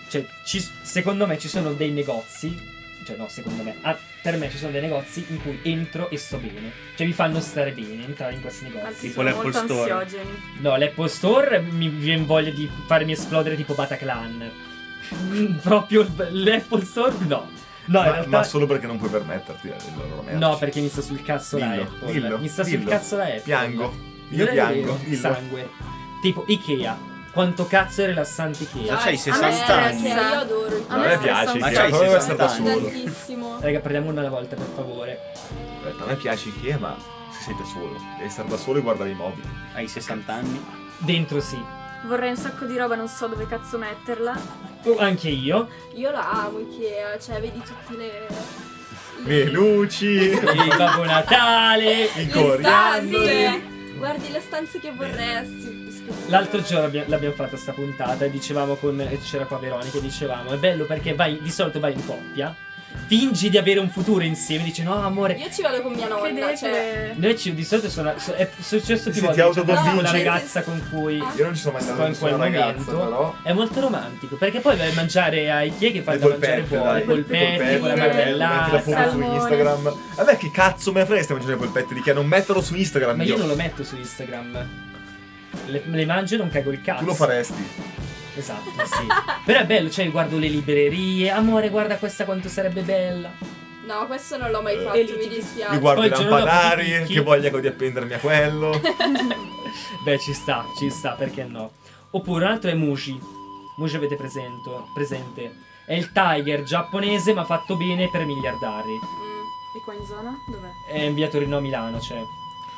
Speaker 4: Cioè, ci- secondo me ci sono dei negozi. Cioè, no, secondo me. ah, per me ci sono dei negozi in cui entro e sto bene. Cioè, mi fanno stare bene entrare in questi negozi.
Speaker 3: Anzi,
Speaker 1: Tipo
Speaker 3: sono
Speaker 1: l'Apple
Speaker 3: molto
Speaker 1: Store.
Speaker 3: ansiogeni.
Speaker 4: No, l'Apple Store mi viene voglia di farmi esplodere tipo Bataclan. Mm, Proprio il- l'Apple Store? No. No,
Speaker 2: ma,
Speaker 4: in realtà.
Speaker 2: ma solo perché non puoi permetterti eh, il loro merce.
Speaker 4: No, perché mi sta sul cazzo la
Speaker 2: Dillo,
Speaker 4: Apple.
Speaker 2: dillo,
Speaker 4: mi sta sul
Speaker 2: dillo.
Speaker 4: cazzo la Apple.
Speaker 2: Piango.
Speaker 4: Non
Speaker 2: Io
Speaker 4: è
Speaker 2: piango.
Speaker 4: vero,
Speaker 2: dillo.
Speaker 4: sangue. Tipo Ikea. Quanto cazzo è rilassante Ikea.
Speaker 1: Ma c'hai
Speaker 3: Ah,
Speaker 1: 60
Speaker 3: a me
Speaker 1: anni.
Speaker 3: piace, Io adoro.
Speaker 2: A
Speaker 3: A
Speaker 2: me piace,
Speaker 1: Ma
Speaker 2: Ikea,
Speaker 1: c'hai
Speaker 2: però deve essere da
Speaker 1: 60
Speaker 2: solo.
Speaker 3: Tantissimo.
Speaker 4: Raga, parliamo una alla volta, per favore.
Speaker 2: Aspetta, a me piace Ikea, ma se sei da solo, devi stare da solo e guardare i mobili.
Speaker 1: Hai 60 anni.
Speaker 4: Dentro sì.
Speaker 3: Vorrei un sacco di roba, non so dove cazzo metterla.
Speaker 4: Oh, anche io.
Speaker 3: Io la amo Ikea, cioè vedi tutte le...
Speaker 2: Le luci,
Speaker 4: Il Babbo Natale.
Speaker 2: i
Speaker 3: le
Speaker 2: coriandoli.
Speaker 3: stanze. Guardi le stanze che vorresti. Scusa.
Speaker 4: L'altro giorno abbi- l'abbiamo fatta sta puntata e dicevamo con. e c'era qua Veronica e dicevamo: è bello perché vai, di solito vai in coppia, fingi di avere un futuro insieme, dici no, amore.
Speaker 3: Io ci vado con mia
Speaker 6: Che
Speaker 3: nonna, cioè...
Speaker 6: deve...
Speaker 4: Noi ci, di solito sono, so- è successo
Speaker 2: Sì,
Speaker 4: tipo
Speaker 2: ti autoconvinci.
Speaker 4: con la ragazza con cui.
Speaker 2: Io non ci sono mai
Speaker 4: Sto
Speaker 2: andato
Speaker 4: in
Speaker 2: con
Speaker 4: quel
Speaker 2: una ragazza,
Speaker 4: momento.
Speaker 2: però.
Speaker 4: È molto romantico perché poi vai a mangiare a Ikea che fai
Speaker 2: Le
Speaker 4: da mangiare
Speaker 2: polpette,
Speaker 4: buone,
Speaker 2: dai.
Speaker 4: polpette, con la
Speaker 3: polpette,
Speaker 2: metti la foto
Speaker 4: marmellata.
Speaker 2: su
Speaker 3: salmone.
Speaker 2: Instagram. A me che cazzo me ne frega se mangiare i polpetti di che non metterlo su Instagram.
Speaker 4: Ma io
Speaker 2: Dio.
Speaker 4: non lo metto su Instagram. Le, le mangio e non cago il cazzo.
Speaker 2: Tu lo faresti.
Speaker 4: Esatto, sì. Però è bello, cioè guardo le librerie. Amore, guarda questa quanto sarebbe bella.
Speaker 3: No, questo non l'ho mai
Speaker 2: Eh,
Speaker 3: fatto,
Speaker 6: e lì
Speaker 3: mi
Speaker 6: ti-
Speaker 2: Mi
Speaker 3: dispiace.
Speaker 2: guardo
Speaker 4: Poi
Speaker 2: i
Speaker 4: il giorno dopo ti
Speaker 2: lampadari,
Speaker 4: picchi.
Speaker 2: che voglia che ho di appendermi a quello.
Speaker 4: Beh, ci sta, ci sta, perché no? Oppure un altro è Muji. Muji avete presento- presente. È il tiger giapponese ma fatto bene per miliardari.
Speaker 3: Mm.
Speaker 6: E qua in zona? Dov'è?
Speaker 4: È in via Torino a Milano, cioè.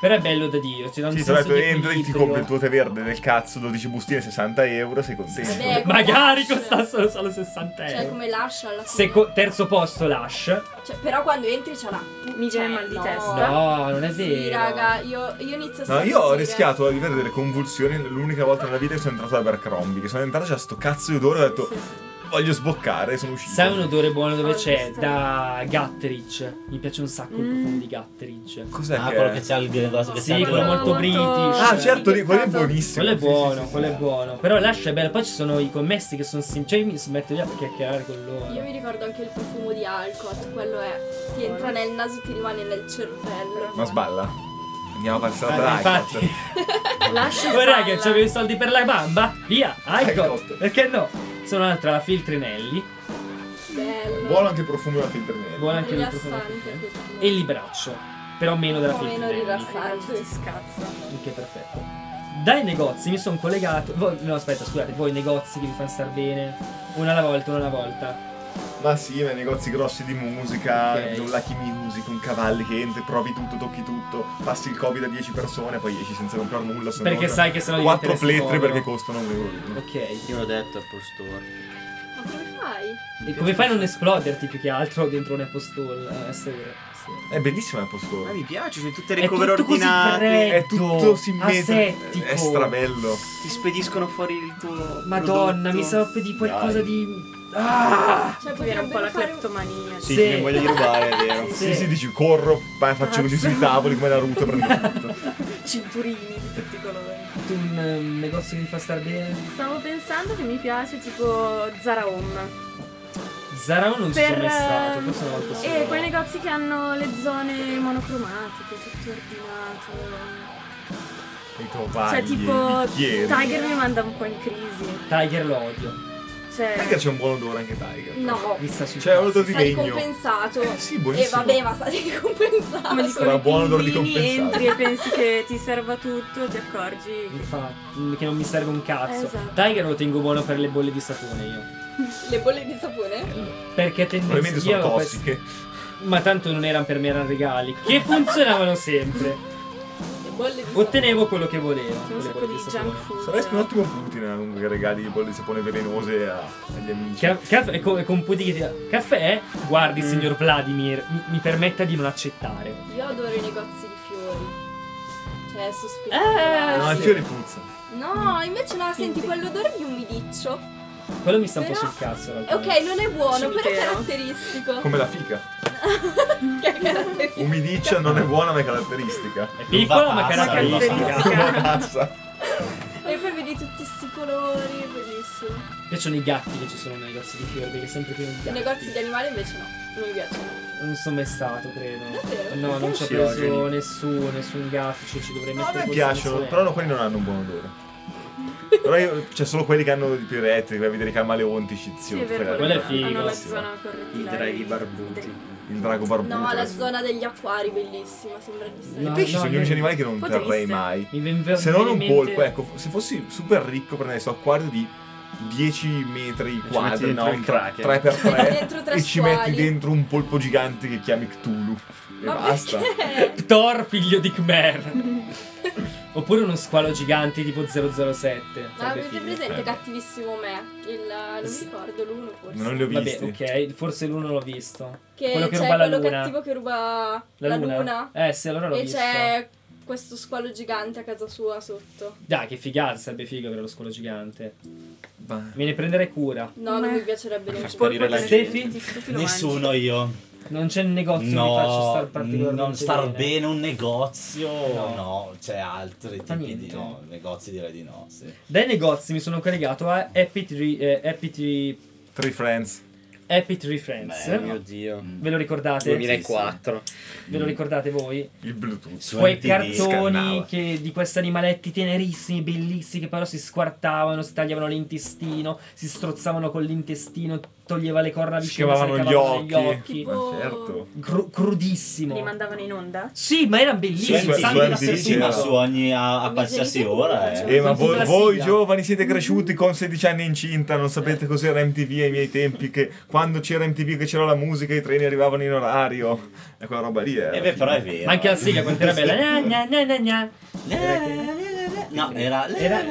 Speaker 4: Però è bello da Dio, ci dà un
Speaker 2: Sì,
Speaker 4: senso
Speaker 2: tra l'altro
Speaker 4: di
Speaker 2: entri, ti
Speaker 4: equilibrio.
Speaker 2: compri il tuo tè verde del cazzo, 12 bustine, 60 euro, sei contento.
Speaker 3: Vabbè,
Speaker 4: Magari
Speaker 3: Come
Speaker 4: costassero solo 60 euro.
Speaker 3: Cioè, come lascia alla fine.
Speaker 4: Seco- terzo posto, Lash.
Speaker 3: Cioè, però quando entri c'è la...
Speaker 6: Mi viene mal di
Speaker 3: no.
Speaker 6: testa.
Speaker 4: No, non è vero.
Speaker 3: Sì, raga, io, io inizio a
Speaker 2: No, io ho
Speaker 3: sentire-
Speaker 2: rischiato di avere delle convulsioni l'unica volta nella vita che sono entrato ad Abercrombie. Che sono entrato, c'era sto cazzo di odore, ho detto
Speaker 6: Sì, sì.
Speaker 2: voglio sboccare, e sono uscito.
Speaker 4: Sai un odore buono dove
Speaker 6: Ho
Speaker 4: c'è?
Speaker 6: visto.
Speaker 4: Da Gatteridge. Mi piace un sacco il profumo di Gatteridge.
Speaker 2: Cos'è
Speaker 5: Ah,
Speaker 2: che
Speaker 5: quello
Speaker 2: è?
Speaker 5: che c'ha il coso che
Speaker 4: Sì,
Speaker 5: c'ha il-
Speaker 4: quello molto british.
Speaker 2: Ah, certo, lì, quello è
Speaker 6: Etichettato.
Speaker 2: buonissimo.
Speaker 4: Quello è
Speaker 2: Sì, sì,
Speaker 4: buono,
Speaker 2: sì,
Speaker 4: quello
Speaker 2: sì.
Speaker 4: è buono. Però lascia è bello. Poi ci sono i commessi che sono sinceri. Mi si mette lì a chiacchierare con
Speaker 3: Io mi
Speaker 4: loro.
Speaker 3: ricordo anche il profumo di Alcott, quello è. Ti entra nel naso, ti rimane nel cervello.
Speaker 2: Ma sballa. Andiamo a passare
Speaker 4: Ah,
Speaker 2: da
Speaker 4: infatti.
Speaker 3: Lascia
Speaker 4: Poi raga,
Speaker 3: spalla.
Speaker 4: c'avevo i soldi per la bamba, via, Icot.
Speaker 2: Icot.
Speaker 4: Perché no? Sono un'altra la Filtrinelli
Speaker 3: Bello.
Speaker 2: Buono anche il profumo della filternella.
Speaker 4: Buono anche lui,
Speaker 3: rilassante.
Speaker 4: profumo.
Speaker 3: così.
Speaker 4: e il libraccio, però meno della
Speaker 3: Un po' meno
Speaker 4: Filtrinelli.
Speaker 3: rilassante.
Speaker 6: Ti scazza.
Speaker 4: Ok, perfetto. Dai negozi mi sono collegato. voi- no, aspetta, scusate, voi negozi che vi fanno star bene. Una alla volta, una alla volta.
Speaker 2: Ma sì, ma i negozi grossi di musica,
Speaker 4: Ok.
Speaker 2: un Lucky Music, un cavalli che entri, provi tutto, tocchi tutto, passi il covid a 10 persone, poi esci senza comprare nulla. Se
Speaker 4: Perché sai che sennò
Speaker 2: no 4
Speaker 4: diventeresti
Speaker 2: pletri
Speaker 4: povero.
Speaker 2: perché costano un euro.
Speaker 4: Ok.
Speaker 1: Io l'ho detto Apple Store.
Speaker 3: Ma come fai?
Speaker 4: E come fai a non esploderti più che altro dentro un Apple Store? Eh, se- se-
Speaker 2: È bellissima il posto.
Speaker 1: Ma mi piace, c'è tutte
Speaker 4: È
Speaker 1: le cover
Speaker 4: tutto così
Speaker 1: ordinate.
Speaker 4: freddo.
Speaker 2: È tutto simmetrico.
Speaker 4: asettico.
Speaker 2: È strabello.
Speaker 1: Ti spediscono fuori il tuo.
Speaker 4: Madonna,
Speaker 1: prodotto.
Speaker 4: mi sa di qualcosa
Speaker 1: Dai.
Speaker 4: di. Ah!
Speaker 3: Cioè,
Speaker 6: Che era un po' la
Speaker 3: potrebbero fare
Speaker 6: cleptomania.
Speaker 1: Sì,
Speaker 4: Sì.
Speaker 1: ti voglio rubare, è vero.
Speaker 4: Ah, Sì.
Speaker 2: Sì, sì, dici corro, vai, faccio così sui tavoli come Naruto prendo tutto.
Speaker 6: Cinturini di tutti i colori.
Speaker 4: Un ehm, negozio che ti fa star bene.
Speaker 6: Stavo pensando che mi piace tipo Zara Home.
Speaker 4: Zara non ci sono mai stato,
Speaker 6: ehm,
Speaker 4: forse una volta solo.
Speaker 6: E quei negozi che hanno le zone monocromatiche, tutto ordinato.
Speaker 2: I tovagli,
Speaker 6: cioè tipo
Speaker 2: i bicchieri.
Speaker 6: Tiger mi manda un po' in crisi.
Speaker 4: Tiger lo odio.
Speaker 6: Cioè.
Speaker 2: Tiger c'è un buon odore anche Tiger.
Speaker 6: No.
Speaker 4: Mi sta su.
Speaker 2: C'è un odore di
Speaker 3: Sei
Speaker 2: legno.
Speaker 3: compensato.
Speaker 2: Eh, sì,
Speaker 3: E
Speaker 2: buonissimo.
Speaker 3: vabbè, ma stai compensato.
Speaker 6: Come dicono
Speaker 2: Sarà
Speaker 6: i
Speaker 2: buono odore di
Speaker 6: pinguini,
Speaker 2: compensato.
Speaker 6: entri e pensi che ti serva tutto, ti accorgi che
Speaker 4: Fa, mm, che non mi serve un cazzo.
Speaker 6: Esatto.
Speaker 4: Tiger lo tengo buono per le bolle di sapone io.
Speaker 3: Le bolle di sapone?
Speaker 4: Perché
Speaker 2: Probabilmente
Speaker 4: tendenzialmente
Speaker 2: sono tossiche.
Speaker 4: Ma tanto non erano per me, erano regali. Che funzionavano sempre.
Speaker 3: Le bolle di
Speaker 4: Ottenevo quello che volevo.
Speaker 6: c'è
Speaker 4: con
Speaker 6: un
Speaker 4: le
Speaker 6: sacco
Speaker 4: bolle
Speaker 6: di
Speaker 4: sapone.
Speaker 6: junk food.
Speaker 2: Saresti un ottimo Putin a un regali di bolle di sapone velenose a- agli amici.
Speaker 4: Ca- caff- e con, e con Putin che ti dà, Caffè?
Speaker 2: Mm.
Speaker 4: Guardi, signor Vladimir, mi, mi permetta di non accettare.
Speaker 3: Io adoro i negozi di fiori. Cioè, sospetto.
Speaker 4: Eh,
Speaker 2: no, i
Speaker 4: sì.
Speaker 2: fiori puzza.
Speaker 3: No, invece no, senti quell'odore di umidiccio.
Speaker 4: Quello mi sta un po'
Speaker 3: Però-
Speaker 4: sul cazzo. in realtà.
Speaker 3: Ok, non è buono, però è
Speaker 6: Cimitero.
Speaker 3: caratteristico.
Speaker 2: Come la fica.
Speaker 3: Che è caratteristico.
Speaker 2: Umidiccia non è buona ma è caratteristica.
Speaker 4: È piccola ma
Speaker 5: L'uva passa,
Speaker 4: caratteristica.
Speaker 6: l'uva
Speaker 2: Come passa. Um-
Speaker 3: E poi vedi tutti sti colori, bellissimo.
Speaker 4: Mi piacciono i gatti che ci sono nei negozi di fiori, perché è sempre pieno di
Speaker 3: I
Speaker 4: gatti.
Speaker 3: negozi di animali invece no, non mi piacciono.
Speaker 4: Non sono mai stato, credo.
Speaker 3: Davvero?
Speaker 4: No, non ci ho preso
Speaker 1: Ansiogeni.
Speaker 4: nessuno, nessun gatto, cioè ci dovrei
Speaker 2: No, a me
Speaker 4: mettere forse
Speaker 2: piacciono,
Speaker 4: nessuno.
Speaker 2: però no, quelli non hanno un buon odore. Però io, c'è solo quelli che hanno i pirette, vai a eh, vedere i camaleonti,
Speaker 6: Sì,
Speaker 2: cizio.
Speaker 6: è vero,
Speaker 4: Quello è
Speaker 6: hanno
Speaker 4: figo,
Speaker 6: la
Speaker 4: sì.
Speaker 6: zona
Speaker 1: I
Speaker 6: correttiva.
Speaker 1: draghi barbuti.
Speaker 2: Il drago barbuto.
Speaker 3: No, la
Speaker 2: adesso.
Speaker 3: zona degli acquari, bellissima, sembra di stare.
Speaker 4: No.
Speaker 2: I pesci sono gli unici
Speaker 4: no.
Speaker 2: animali che non
Speaker 6: Un po'
Speaker 2: terrei
Speaker 6: triste.
Speaker 2: mai.
Speaker 4: Mi ven-
Speaker 2: Se non
Speaker 4: viene in
Speaker 2: un
Speaker 4: mente-
Speaker 2: polpo, ecco, se fossi super ricco prenderei sto acquario di 10 metri
Speaker 1: metti
Speaker 2: quadri,
Speaker 1: dentro
Speaker 2: no,
Speaker 1: il
Speaker 2: un
Speaker 1: Kraken.
Speaker 2: 3x3
Speaker 3: Dentro tre
Speaker 2: e ci
Speaker 3: squali.
Speaker 2: metti dentro un polpo gigante che chiami Cthulhu. E
Speaker 3: Ma
Speaker 2: basta.
Speaker 3: perché?
Speaker 4: Thor, figlio di Khmer. Oppure uno squalo gigante tipo 007.
Speaker 3: Ma
Speaker 4: sarebbe
Speaker 3: Ah, avete
Speaker 4: figo.
Speaker 3: presente
Speaker 2: eh.
Speaker 3: cattivissimo me? Il, non mi
Speaker 4: S-
Speaker 3: ricordo, l'uno forse.
Speaker 2: Non li ho
Speaker 4: Vabbè,
Speaker 2: visti.
Speaker 4: ok, forse l'uno l'ho visto.
Speaker 3: Che
Speaker 4: quello che
Speaker 3: c'è
Speaker 4: ruba la
Speaker 3: quello
Speaker 4: luna.
Speaker 3: cattivo che ruba la, luna.
Speaker 4: Eh sì, allora l'ho
Speaker 3: e
Speaker 4: visto.
Speaker 3: c'è questo squalo gigante a casa sua sotto.
Speaker 4: Dai, che figata, sarebbe figo avere lo squalo gigante.
Speaker 2: Bah.
Speaker 4: Me ne prenderei cura.
Speaker 3: No, non
Speaker 6: Ma-
Speaker 3: mi piacerebbe neanche.
Speaker 1: sporire la
Speaker 4: Stefi?
Speaker 5: Nessuno io.
Speaker 4: Non c'è negozio che mi faccia
Speaker 5: No,
Speaker 4: star particolarmente
Speaker 5: non star bene.
Speaker 4: bene.
Speaker 5: un negozio.
Speaker 4: No.
Speaker 5: No, c'è altri
Speaker 4: Fa
Speaker 5: tipi di
Speaker 4: niente.
Speaker 5: no. Negozi direi di no. Sì.
Speaker 4: Dai negozi mi sono collegato a Happy Tree, eh, Happy Tree,
Speaker 2: Three Friends.
Speaker 4: Happy Tree Friends.
Speaker 5: Beh,
Speaker 1: Mio dio.
Speaker 5: Mm.
Speaker 4: Ve lo ricordate?
Speaker 1: 2004.
Speaker 4: Ve lo ricordate voi?
Speaker 2: Il Bluetooth.
Speaker 5: Mm. Su
Speaker 4: Quei
Speaker 5: MTV
Speaker 4: cartoni
Speaker 2: scannava.
Speaker 4: che- di questi animaletti tenerissimi, bellissimi, che però si squartavano, si tagliavano l'intestino, si strozzavano con l'intestino, toglieva le corna
Speaker 2: Si
Speaker 4: vicine,
Speaker 2: chiamavano gli occhi.
Speaker 4: occhi.
Speaker 2: Ma
Speaker 3: Tipo-
Speaker 2: certo.
Speaker 4: Cru-
Speaker 6: Li
Speaker 4: crudissimo.
Speaker 6: mandavano in onda?
Speaker 4: Sì, ma erano
Speaker 5: Su
Speaker 4: bellissimi.
Speaker 2: Sì,
Speaker 5: MTV,
Speaker 2: sì,
Speaker 4: sangue
Speaker 2: sì,
Speaker 4: da
Speaker 2: sì,
Speaker 5: sì,
Speaker 4: assassino.
Speaker 5: ma
Speaker 2: c'era.
Speaker 5: su ogni a, a
Speaker 3: Ma
Speaker 5: qualsiasi
Speaker 3: genitori
Speaker 5: ora.
Speaker 3: facevano
Speaker 5: eh.
Speaker 2: Eh, ma
Speaker 4: Sentite
Speaker 2: voi,
Speaker 4: la
Speaker 2: voi
Speaker 4: sigla.
Speaker 2: giovani siete
Speaker 3: Mm-hmm.
Speaker 2: cresciuti con 16 anni incinta, non
Speaker 3: Eh.
Speaker 2: sapete cos'era MTV ai miei tempi, che quando c'era MTV che c'era la musica, i treni arrivavano in orario. E quella roba lì era.
Speaker 5: Eh beh, però è vero.
Speaker 4: Ma anche la
Speaker 5: eh.
Speaker 4: sigla quanto era bella. Gna, gna, gna, gna, gna.
Speaker 5: No, era.
Speaker 4: Era-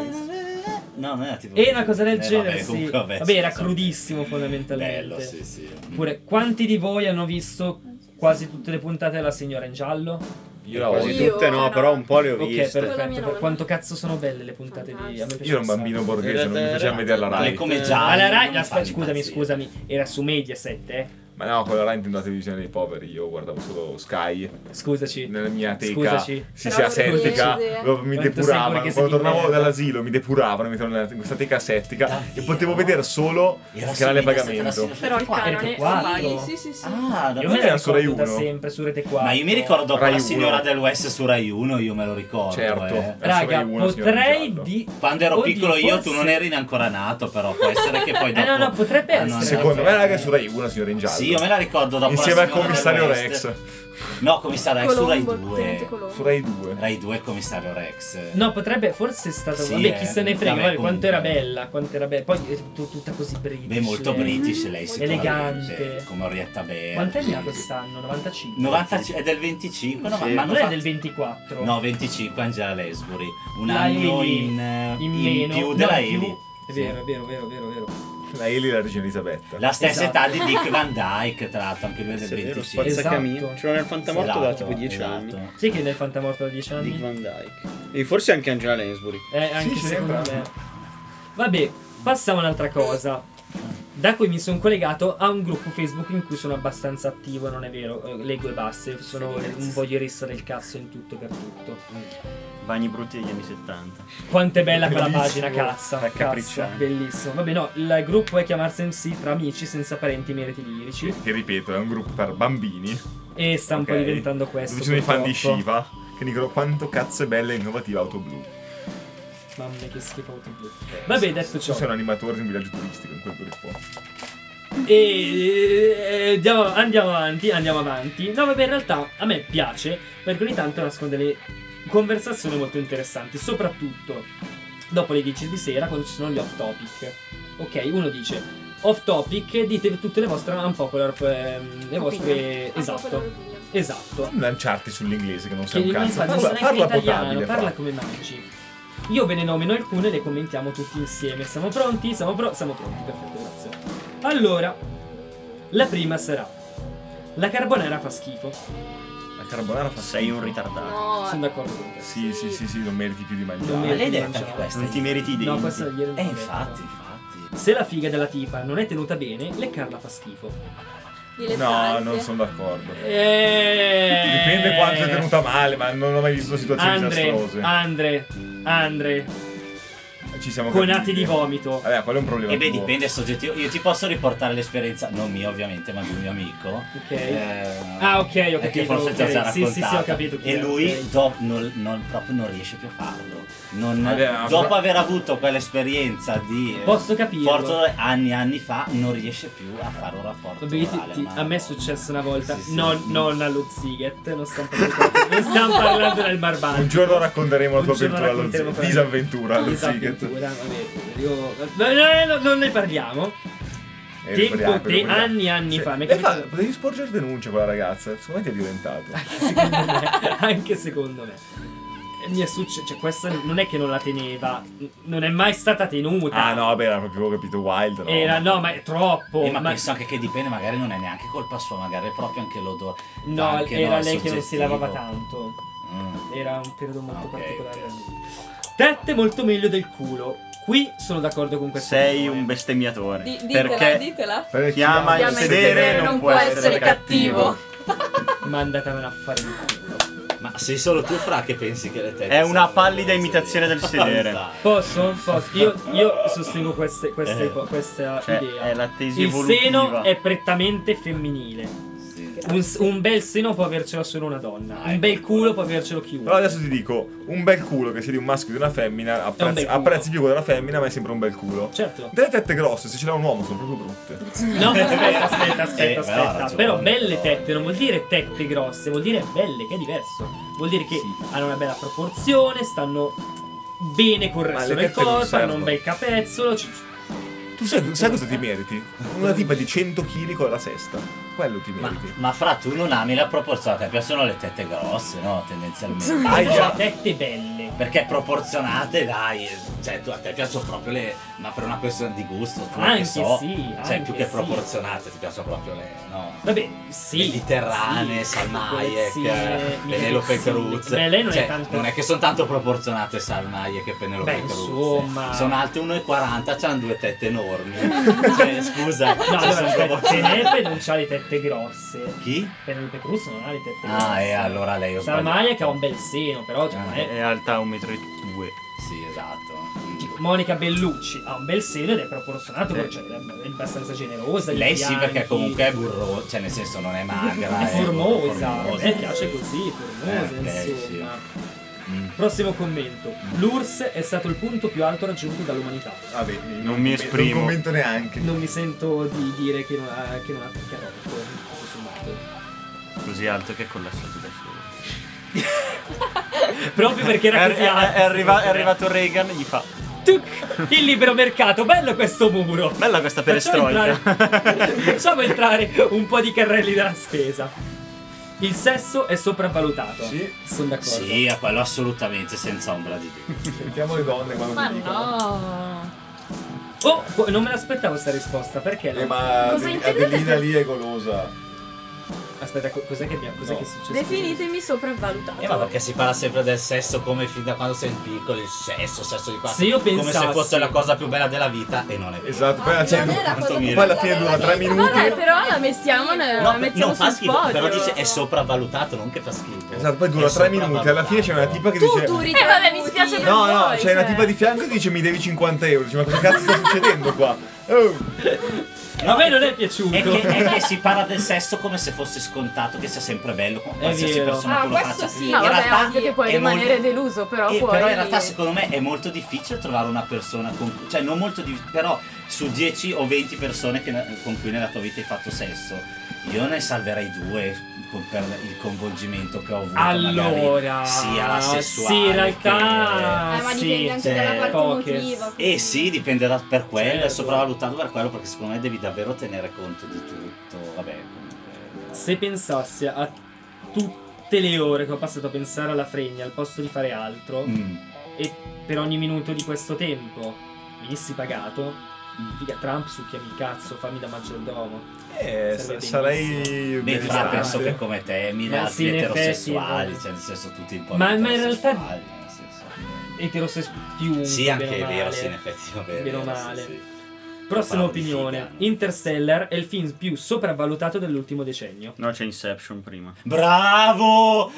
Speaker 5: No, non era tipo.
Speaker 4: E una cosa del
Speaker 5: Eh,
Speaker 4: genere,
Speaker 5: vabbè,
Speaker 4: sì.
Speaker 5: comunque,
Speaker 4: Vabbè,
Speaker 5: sì,
Speaker 4: era
Speaker 5: sì.
Speaker 4: crudissimo fondamentalmente.
Speaker 5: Bello, sì, sì.
Speaker 4: Oppure, quanti di voi hanno visto quasi tutte le puntate della signora in giallo?
Speaker 2: Io la
Speaker 1: Quasi
Speaker 2: voglio.
Speaker 3: Io-
Speaker 1: tutte no, però un po' le ho
Speaker 4: Ok,
Speaker 1: viste.
Speaker 3: Quella
Speaker 4: perfetto.
Speaker 3: mia
Speaker 4: per
Speaker 3: nonna.
Speaker 4: quanto cazzo sono belle le puntate di... a me
Speaker 2: Io
Speaker 4: piace
Speaker 2: ero un
Speaker 4: un sacco. Ah,
Speaker 2: bambino borghese, non mi faceva vedere la
Speaker 5: Ma le
Speaker 2: Rai.
Speaker 5: come
Speaker 4: Alla
Speaker 5: già.
Speaker 4: Rai, aspetta, scusami, scusami, era su Mediaset, eh.
Speaker 2: Ma no, quello là intendo la televisione dei poveri, io guardavo solo Sky
Speaker 4: Scusaci.
Speaker 2: nella mia teca
Speaker 4: Scusaci.
Speaker 2: si
Speaker 3: Però
Speaker 2: sia settica,
Speaker 3: scusi. eh.
Speaker 2: lo- mi
Speaker 4: Quanto sei
Speaker 2: depuravano.
Speaker 4: pure
Speaker 2: Quando
Speaker 4: che sei di
Speaker 2: tornavo
Speaker 4: merda.
Speaker 2: dall'asilo mi depuravano, mi mettevano nella- in questa teca settica
Speaker 5: Davvero?
Speaker 2: e potevo vedere solo il canale pagamento.
Speaker 6: Però il canone
Speaker 4: quattro. Cioè,
Speaker 3: Sì, sì, sì.
Speaker 5: Ah,
Speaker 4: Io
Speaker 5: davvero?
Speaker 4: me
Speaker 2: Era
Speaker 4: la
Speaker 2: su Rai
Speaker 4: ricordo da
Speaker 2: Uno.
Speaker 4: sempre su Rete 4.
Speaker 5: Ma io mi ricordo
Speaker 2: Rai
Speaker 5: la signora
Speaker 2: uno.
Speaker 5: del West su Rai 1, io me lo ricordo.
Speaker 2: Certo.
Speaker 5: eh.
Speaker 4: Raga,
Speaker 2: Adesso vai uno, signora
Speaker 4: potrei
Speaker 2: Giallo.
Speaker 4: di...
Speaker 5: Quando ero
Speaker 4: Oddio,
Speaker 5: piccolo io, tu
Speaker 4: forse-
Speaker 5: non eri neanche ancora nato, però può essere che poi
Speaker 4: Eh,
Speaker 5: dopo...
Speaker 4: no, no, potrebbe
Speaker 5: Ah,
Speaker 4: essere.
Speaker 5: no, no,
Speaker 2: Secondo
Speaker 5: no.
Speaker 2: me, ragazzi, su Rai 1 signore in giallo.
Speaker 5: Sì, io me la ricordo dopo la
Speaker 2: Insieme al
Speaker 5: signora del
Speaker 2: commissario
Speaker 5: West.
Speaker 2: Rex.
Speaker 5: No, commissario Rex su Rai
Speaker 6: Colombo, il tenente
Speaker 5: 2.
Speaker 6: Colombo.
Speaker 2: Su Rai 2.
Speaker 5: Rai 2 commissario Rex.
Speaker 4: No, potrebbe, forse è stato.
Speaker 5: Sì,
Speaker 4: vabbè,
Speaker 5: eh,
Speaker 4: chi se ne frega,
Speaker 5: vabbè,
Speaker 4: vabbè, quanto
Speaker 5: comunque.
Speaker 4: era bella, quanto era bella. Poi è tut- tutta così british.
Speaker 5: Beh, molto
Speaker 4: eh.
Speaker 5: british lei, sicuramente.
Speaker 4: Elegante.
Speaker 5: Come Orietta Berti.
Speaker 4: Quant'anni ha quest'anno? 95.
Speaker 5: 95, è del 25, no, ma- ma
Speaker 1: Sì.
Speaker 4: Non
Speaker 5: hanno
Speaker 4: è
Speaker 5: fatto-
Speaker 4: del 24.
Speaker 5: No, 25 Angela Lesbury. Un
Speaker 4: La
Speaker 5: anno
Speaker 4: Eli.
Speaker 5: in, eh,
Speaker 4: in,
Speaker 5: in
Speaker 4: meno.
Speaker 5: più
Speaker 4: No,
Speaker 5: della
Speaker 4: in più.
Speaker 5: Eli.
Speaker 4: È
Speaker 5: Sì.
Speaker 4: vero, è vero, è vero, è vero, è vero.
Speaker 2: La Eli e la regina Elisabetta.
Speaker 5: La stessa
Speaker 4: Esatto.
Speaker 5: età di Dick Van Dyke, tra l'altro, anche lui è del
Speaker 1: Sì, è vero,
Speaker 5: 25.
Speaker 4: Esatto.
Speaker 1: spazzacamino. C'era nel fantamorto da
Speaker 5: Esatto,
Speaker 1: tipo 10
Speaker 5: esatto.
Speaker 1: anni.
Speaker 4: Sì, che è nel fantamorto da 10 anni.
Speaker 1: Dick Van Dyke. E forse anche Angela Lansbury.
Speaker 4: Eh, anche
Speaker 2: Sì,
Speaker 4: secondo
Speaker 2: sembra.
Speaker 4: me. Vabbè, passiamo a un'altra cosa. Da cui mi sono collegato a un gruppo Facebook in cui sono abbastanza attivo, non è vero, eh, leggo e basta, sono un voglierista del cazzo in tutto e per tutto.
Speaker 7: Bagni brutti degli anni 70.
Speaker 4: Quanto è bella quella
Speaker 2: Bellissimo.
Speaker 4: pagina, cazzo.
Speaker 1: È
Speaker 4: Cazzo,
Speaker 1: capricciante.
Speaker 4: bellissimo. Vabbè, no, il gruppo è chiamarsi MC tra amici senza parenti meriti lirici.
Speaker 2: Che ripeto, è un gruppo per bambini.
Speaker 4: E sta un po'
Speaker 2: ok?
Speaker 4: diventando questo.
Speaker 2: Dove ci sono i fan di
Speaker 4: purtroppo.
Speaker 2: Shiva che dicono quanto cazzo è bella e innovativa Auto Blu.
Speaker 4: Mamma mia, che schifo auto blu. Vabbè, detto
Speaker 2: Ci
Speaker 4: ciò.
Speaker 2: sono animatori di un villaggio turistico in quel gruppo.
Speaker 4: E eh, andiamo, andiamo avanti, andiamo avanti. No, vabbè, in realtà a me piace perché ogni tanto nascono delle conversazioni molto interessanti, soprattutto dopo le 10 di sera quando ci sono gli off topic. Ok, uno dice off topic, dite tutte le vostre un po' ehm, le vostre esatto. Esatto.
Speaker 2: Non lanciarti sull'inglese che non
Speaker 4: Che
Speaker 2: sai un
Speaker 4: non
Speaker 2: cazzo.
Speaker 4: sa- non
Speaker 2: Parla,
Speaker 4: sa neanche
Speaker 2: parla
Speaker 4: italiano,
Speaker 2: potabile.
Speaker 4: parla
Speaker 2: Parla
Speaker 4: come mangi. Io ve ne nomino alcune e le commentiamo tutti insieme. Siamo pronti? Siamo, pro- siamo pronti, perfetto, grazie. Allora, la prima sarà. La carbonara fa schifo.
Speaker 2: Ah.
Speaker 7: La carbonara fa sei un ritardato.
Speaker 4: Sono
Speaker 3: No,
Speaker 4: d'accordo con te.
Speaker 2: Sì, sì, sì, sì, non meriti più di
Speaker 4: Non
Speaker 5: Ma
Speaker 2: mangiare.
Speaker 4: meriti.
Speaker 5: l'hai
Speaker 4: Io
Speaker 5: detta
Speaker 4: mangiavo.
Speaker 5: questa?
Speaker 7: Non ti meriti i denti.
Speaker 4: No, questa ieri non
Speaker 5: Eh,
Speaker 4: l'ho
Speaker 5: infatti,
Speaker 4: detta.
Speaker 5: infatti.
Speaker 4: Se la figa della tipa non è tenuta bene, leccarla fa schifo.
Speaker 2: No,
Speaker 3: dilettante.
Speaker 2: non sono d'accordo. Eh.
Speaker 4: Eeeh.
Speaker 2: Dipende quanto è tenuta male, ma non ho mai visto situazioni
Speaker 4: Andre, ah,
Speaker 2: disastrose.
Speaker 4: Andre, Andre,
Speaker 2: Ci siamo
Speaker 4: conati
Speaker 2: capiti.
Speaker 4: di vomito.
Speaker 2: Vabbè, quello è un problema.
Speaker 5: E beh,
Speaker 2: tuo.
Speaker 5: dipende soggettivo. Io ti posso riportare l'esperienza, non mia ovviamente, ma di un mio amico.
Speaker 4: Ok.
Speaker 5: Eh,
Speaker 4: Ah, ok, ho
Speaker 5: eh,
Speaker 4: capito,
Speaker 5: Che forse
Speaker 4: ok.
Speaker 5: già ci ha
Speaker 4: Sì, sì, sì, ho
Speaker 5: raccontato.
Speaker 4: capito chi
Speaker 5: E
Speaker 4: è, ok.
Speaker 5: lui do- non, non- proprio non riesce più a farlo. Non-
Speaker 2: Vabbè, ma-
Speaker 5: dopo aver avuto quell'esperienza di. eh,
Speaker 4: Posso capirlo.
Speaker 5: Porto anni e anni fa, non riesce più a fare un rapporto.
Speaker 4: Vabbè, io ti-
Speaker 5: orale,
Speaker 4: ti-
Speaker 5: ma-
Speaker 4: a me è successo una volta,
Speaker 5: Sì, sì.
Speaker 4: non, non allo Ziget, non stiamo parlando, non stiamo parlando del Barbaglio.
Speaker 2: Un giorno racconteremo la
Speaker 4: Un
Speaker 2: tua
Speaker 4: giorno
Speaker 2: avventura allo
Speaker 4: racconteremo
Speaker 2: Zig-
Speaker 4: quella- Esatto.
Speaker 2: disavventura allo Zig.
Speaker 4: Disavventura, vabbè, io... no, no, no, non ne parliamo.
Speaker 2: Eh,
Speaker 4: Tempo
Speaker 2: sbagliato,
Speaker 4: te-
Speaker 2: sbagliato.
Speaker 4: anni e anni fa, mi è
Speaker 2: eh,
Speaker 4: capitato-
Speaker 2: potevi sporgere denuncia a quella ragazza. Secondo me ti ha violentato.
Speaker 4: Secondo me, anche secondo me. E Mi è successo, cioè questa non è che non la teneva, n- non è mai stata tenuta.
Speaker 2: Ah, no, vabbè, era proprio capito Wild. No.
Speaker 4: Era, no, ma è troppo.
Speaker 5: Eh, ma,
Speaker 4: ma-
Speaker 5: penso anche che dipende, magari non è neanche colpa sua, magari è proprio anche l'odore.
Speaker 4: no,
Speaker 5: Anche
Speaker 4: era
Speaker 5: no, è
Speaker 4: lei che non si
Speaker 5: soggettivo.
Speaker 4: lavava tanto.
Speaker 5: Mm.
Speaker 4: Era un periodo molto
Speaker 5: Ah, Ok,
Speaker 4: particolare.
Speaker 5: ok.
Speaker 4: Tette molto meglio del culo. Qui sono d'accordo con questo.
Speaker 7: Sei
Speaker 4: opinione.
Speaker 7: un bestemmiatore.
Speaker 3: Di- ditela,
Speaker 7: perché
Speaker 3: ditela.
Speaker 2: Perché
Speaker 7: chiama
Speaker 3: Chiama
Speaker 7: il sedere non può essere cattivo.
Speaker 4: Mandatamelo a fare il culo.
Speaker 5: Ma sei solo tu, Fra, che pensi che le tette.
Speaker 7: È una
Speaker 5: siano
Speaker 7: pallida
Speaker 5: del
Speaker 7: imitazione del sedere.
Speaker 5: Esatto.
Speaker 4: Posso? Posso? Io, io sostengo queste- queste
Speaker 5: Eh.
Speaker 4: co- questa
Speaker 7: Cioè,
Speaker 4: idea.
Speaker 7: è la tesi
Speaker 4: il
Speaker 7: evolutiva.
Speaker 4: seno è prettamente femminile.
Speaker 5: Sì.
Speaker 4: Un, s- un bel seno può avercelo solo una donna.
Speaker 5: Ah,
Speaker 4: un
Speaker 5: ecco.
Speaker 4: bel culo può avercelo chiunque.
Speaker 2: Però adesso ti dico, un bel culo che sia di un maschio o di una femmina,
Speaker 4: un bel
Speaker 2: apprezzi,
Speaker 4: culo.
Speaker 2: apprezzi più quello della femmina, ma è sempre un bel culo.
Speaker 4: Certo.
Speaker 2: Delle tette grosse, se ce l'ha un uomo, sono proprio brutte.
Speaker 4: No, aspetta, aspetta,
Speaker 5: Eh,
Speaker 4: aspetta,
Speaker 5: però ha
Speaker 4: aspetta.
Speaker 5: ragione,
Speaker 4: però belle
Speaker 5: però.
Speaker 4: tette non vuol dire tette grosse, vuol dire belle, che è diverso. Vuol dire che
Speaker 7: Sì.
Speaker 4: hanno una bella proporzione, stanno bene con il
Speaker 2: Ma
Speaker 4: resto
Speaker 2: le
Speaker 4: del
Speaker 2: tette non
Speaker 4: corpo, hanno
Speaker 2: servono.
Speaker 4: un bel capezzolo. ci-
Speaker 2: Tu sai, sai cosa ti meriti? Una tipa di 100 kg con la sesta. Quello ti
Speaker 5: Ma,
Speaker 2: meriti.
Speaker 5: ma Fra, tu non ami la proporzione, ti piacciono le tette grosse, no? Tendenzialmente.
Speaker 4: Hanno
Speaker 2: Aia.
Speaker 4: le tette belle.
Speaker 5: Perché proporzionate, dai, cioè tu, a te piacciono proprio le. ma per una questione di gusto, tu
Speaker 4: Anche
Speaker 5: che so.
Speaker 4: sì,
Speaker 5: cioè,
Speaker 4: anche
Speaker 5: più che
Speaker 4: sì.
Speaker 5: proporzionate, ti piacciono proprio le. no?
Speaker 4: Vabbè, sì.
Speaker 5: Mediterranee, Salmaie, Penelope Cruz.
Speaker 4: Beh, lei non
Speaker 5: Cioè,
Speaker 4: è tanto.
Speaker 5: non è che sono tanto proporzionate Salmaie che Penelope
Speaker 4: Beh,
Speaker 5: Cruz.
Speaker 4: insomma.
Speaker 5: Sono alte 1,40, c'hanno due tette enormi. cioè, scusa,
Speaker 4: No,
Speaker 5: cioè,
Speaker 4: allora, cioè,
Speaker 5: sono
Speaker 4: aspetta,
Speaker 5: proporzionate.
Speaker 4: Penelope non ha le tette tette grosse.
Speaker 7: Chi?
Speaker 4: Penelope Cruz non ha le tette grosse.
Speaker 5: Ah, e allora lei ho sbagliato.
Speaker 4: Sarmania che ha un bel seno, però. Cioè,
Speaker 5: Ah,
Speaker 4: non è-
Speaker 7: È alta 1,2
Speaker 5: Sì, esatto.
Speaker 4: Monica Bellucci ha un bel seno ed è proporzionato, cioè, è abbastanza generosa.
Speaker 5: Lei
Speaker 4: i
Speaker 5: sì, perché
Speaker 4: fianchi.
Speaker 5: comunque è burro, cioè nel senso non è magra.
Speaker 4: È formosa, a
Speaker 5: formosa.
Speaker 4: me piace così, formosa,
Speaker 5: Eh, ok,
Speaker 4: insomma.
Speaker 5: Mm.
Speaker 4: Prossimo commento. L'URSS è stato il punto più alto raggiunto dall'umanità.
Speaker 2: Vabbè, non,
Speaker 7: mi
Speaker 2: Non
Speaker 7: esprimo.
Speaker 2: commento neanche.
Speaker 4: Non mi sento di dire che non ha, che non ha che ha rotto, tutto sommato.
Speaker 7: Così alto che è collassato da solo
Speaker 4: Proprio perché
Speaker 7: È,
Speaker 4: era così
Speaker 7: è-
Speaker 4: alto.
Speaker 7: è arriva- è arrivato Reagan gli fa
Speaker 4: Tuc! Il libero mercato, bello questo muro.
Speaker 7: Bella questa
Speaker 4: Facciamo entrare,
Speaker 7: perestroica
Speaker 4: facciamo entrare un po' di carrelli della spesa. Il sesso è sopravvalutato.
Speaker 2: Sì.
Speaker 4: Sono d'accordo.
Speaker 5: Sì, a quello assolutamente, senza ombra di dubbio.
Speaker 2: Sentiamo le donne quando
Speaker 3: Ma
Speaker 2: ti dicono.
Speaker 3: no.
Speaker 4: Oh, qu- non me l'aspettavo sta risposta, perché?
Speaker 2: Eh,
Speaker 4: no?
Speaker 2: ma
Speaker 6: Cosa
Speaker 2: Adel-
Speaker 6: intendete
Speaker 2: Adelina
Speaker 6: per-
Speaker 2: lì è golosa.
Speaker 4: Aspetta, co- cos'è che abbiamo? Cos'è
Speaker 2: No.
Speaker 4: che è successo?
Speaker 6: Definitemi sopravvalutato.
Speaker 5: Eh, ma perché si parla sempre del sesso come fin da quando sei piccolo, il sesso, sesso di qua.
Speaker 4: Se io
Speaker 5: come
Speaker 4: pensassi-
Speaker 5: se fosse la cosa più bella della vita e non è vero.
Speaker 2: Esatto, poi alla
Speaker 3: Ah, cioè, non
Speaker 2: fine,
Speaker 3: è la cosa
Speaker 2: poi
Speaker 3: più
Speaker 2: alla
Speaker 3: bella
Speaker 2: fine
Speaker 3: della
Speaker 2: dura tre
Speaker 3: vita.
Speaker 2: minuti.
Speaker 6: Vabbè, però la mettiamo, nel- la
Speaker 5: No,
Speaker 6: mettiamo
Speaker 5: no, fa
Speaker 6: sul
Speaker 5: schifo,
Speaker 6: spodio.
Speaker 5: però dice è sopravvalutato, non che fa schifo.
Speaker 2: Esatto, poi dura
Speaker 5: È
Speaker 2: tre minuti. Alla fine c'è una
Speaker 5: sopravvalutato.
Speaker 2: tipa che
Speaker 3: Tu
Speaker 2: dice...
Speaker 3: duri
Speaker 6: Eh,
Speaker 3: tre
Speaker 6: vabbè, mi
Speaker 3: minuti.
Speaker 6: spiace per
Speaker 2: No, no,
Speaker 6: Voi,
Speaker 2: c'è una
Speaker 6: cioè.
Speaker 2: tipa di fianco che dice mi devi 50 euro. Dice, ma cosa cazzo sta succedendo qua? Oh.
Speaker 4: A me non è piaciuto.
Speaker 5: È che, è che si parla del sesso come se fosse scontato, che sia sempre bello con qualsiasi
Speaker 4: vero.
Speaker 5: persona
Speaker 3: Ah,
Speaker 5: che lo
Speaker 3: questo
Speaker 5: faccia.
Speaker 3: sì.
Speaker 5: In
Speaker 3: No,
Speaker 6: vabbè,
Speaker 5: realtà
Speaker 6: ovvio che puoi
Speaker 5: è mol-
Speaker 6: rimanere deluso, però
Speaker 5: eh,
Speaker 6: puoi-
Speaker 5: Però in realtà secondo me è molto difficile trovare una persona con cioè non molto di- però su 10 o 20 persone che- con cui nella tua vita hai fatto sesso, io ne salverei due con- per il coinvolgimento che ho avuto
Speaker 4: Allora,
Speaker 5: magari, sia la sessuale
Speaker 4: sì, in realtà,
Speaker 5: che-
Speaker 3: Eh, ma
Speaker 4: sì,
Speaker 3: dipende anche
Speaker 5: sì,
Speaker 3: dalla parte
Speaker 4: poche.
Speaker 3: emotiva.
Speaker 5: eh sì, dipenderà per quello,
Speaker 4: Certo.
Speaker 5: è sopravvalutato per quello perché secondo me devi davvero tenere conto di tutto. Vabbè, comunque.
Speaker 4: Se pensassi a tutte le ore che ho passato a pensare alla fregna al posto di fare altro,
Speaker 5: Mm.
Speaker 4: e per ogni minuto di questo tempo venissi pagato, figa, Trump succhiami il cazzo, fammi da maggiordomo.
Speaker 2: Eh,
Speaker 4: Sarebbe
Speaker 2: sa-
Speaker 4: benissimo.
Speaker 2: sarei...
Speaker 5: Beh, fra,
Speaker 2: benestante.
Speaker 5: penso che come te, mille
Speaker 4: Ma sì,
Speaker 5: altri
Speaker 4: in effetti,
Speaker 5: eterosessuali,
Speaker 4: no.
Speaker 5: cioè nel senso tutti un po'
Speaker 4: Ma- ma in
Speaker 5: eterosessuali,
Speaker 4: realtà-
Speaker 5: nel senso.
Speaker 4: Eterosessuale più.
Speaker 5: Sì, anche
Speaker 4: bene
Speaker 5: è
Speaker 4: o
Speaker 5: vero,
Speaker 4: male.
Speaker 5: sì, in effetti è vero.
Speaker 4: Bene o
Speaker 5: sì,
Speaker 4: male.
Speaker 5: sì.
Speaker 4: Prossima
Speaker 5: Parlo di
Speaker 4: opinione.
Speaker 5: figa.
Speaker 4: Interstellar è il film più sopravvalutato dell'ultimo decennio.
Speaker 7: No c'è Inception prima
Speaker 5: Bravo!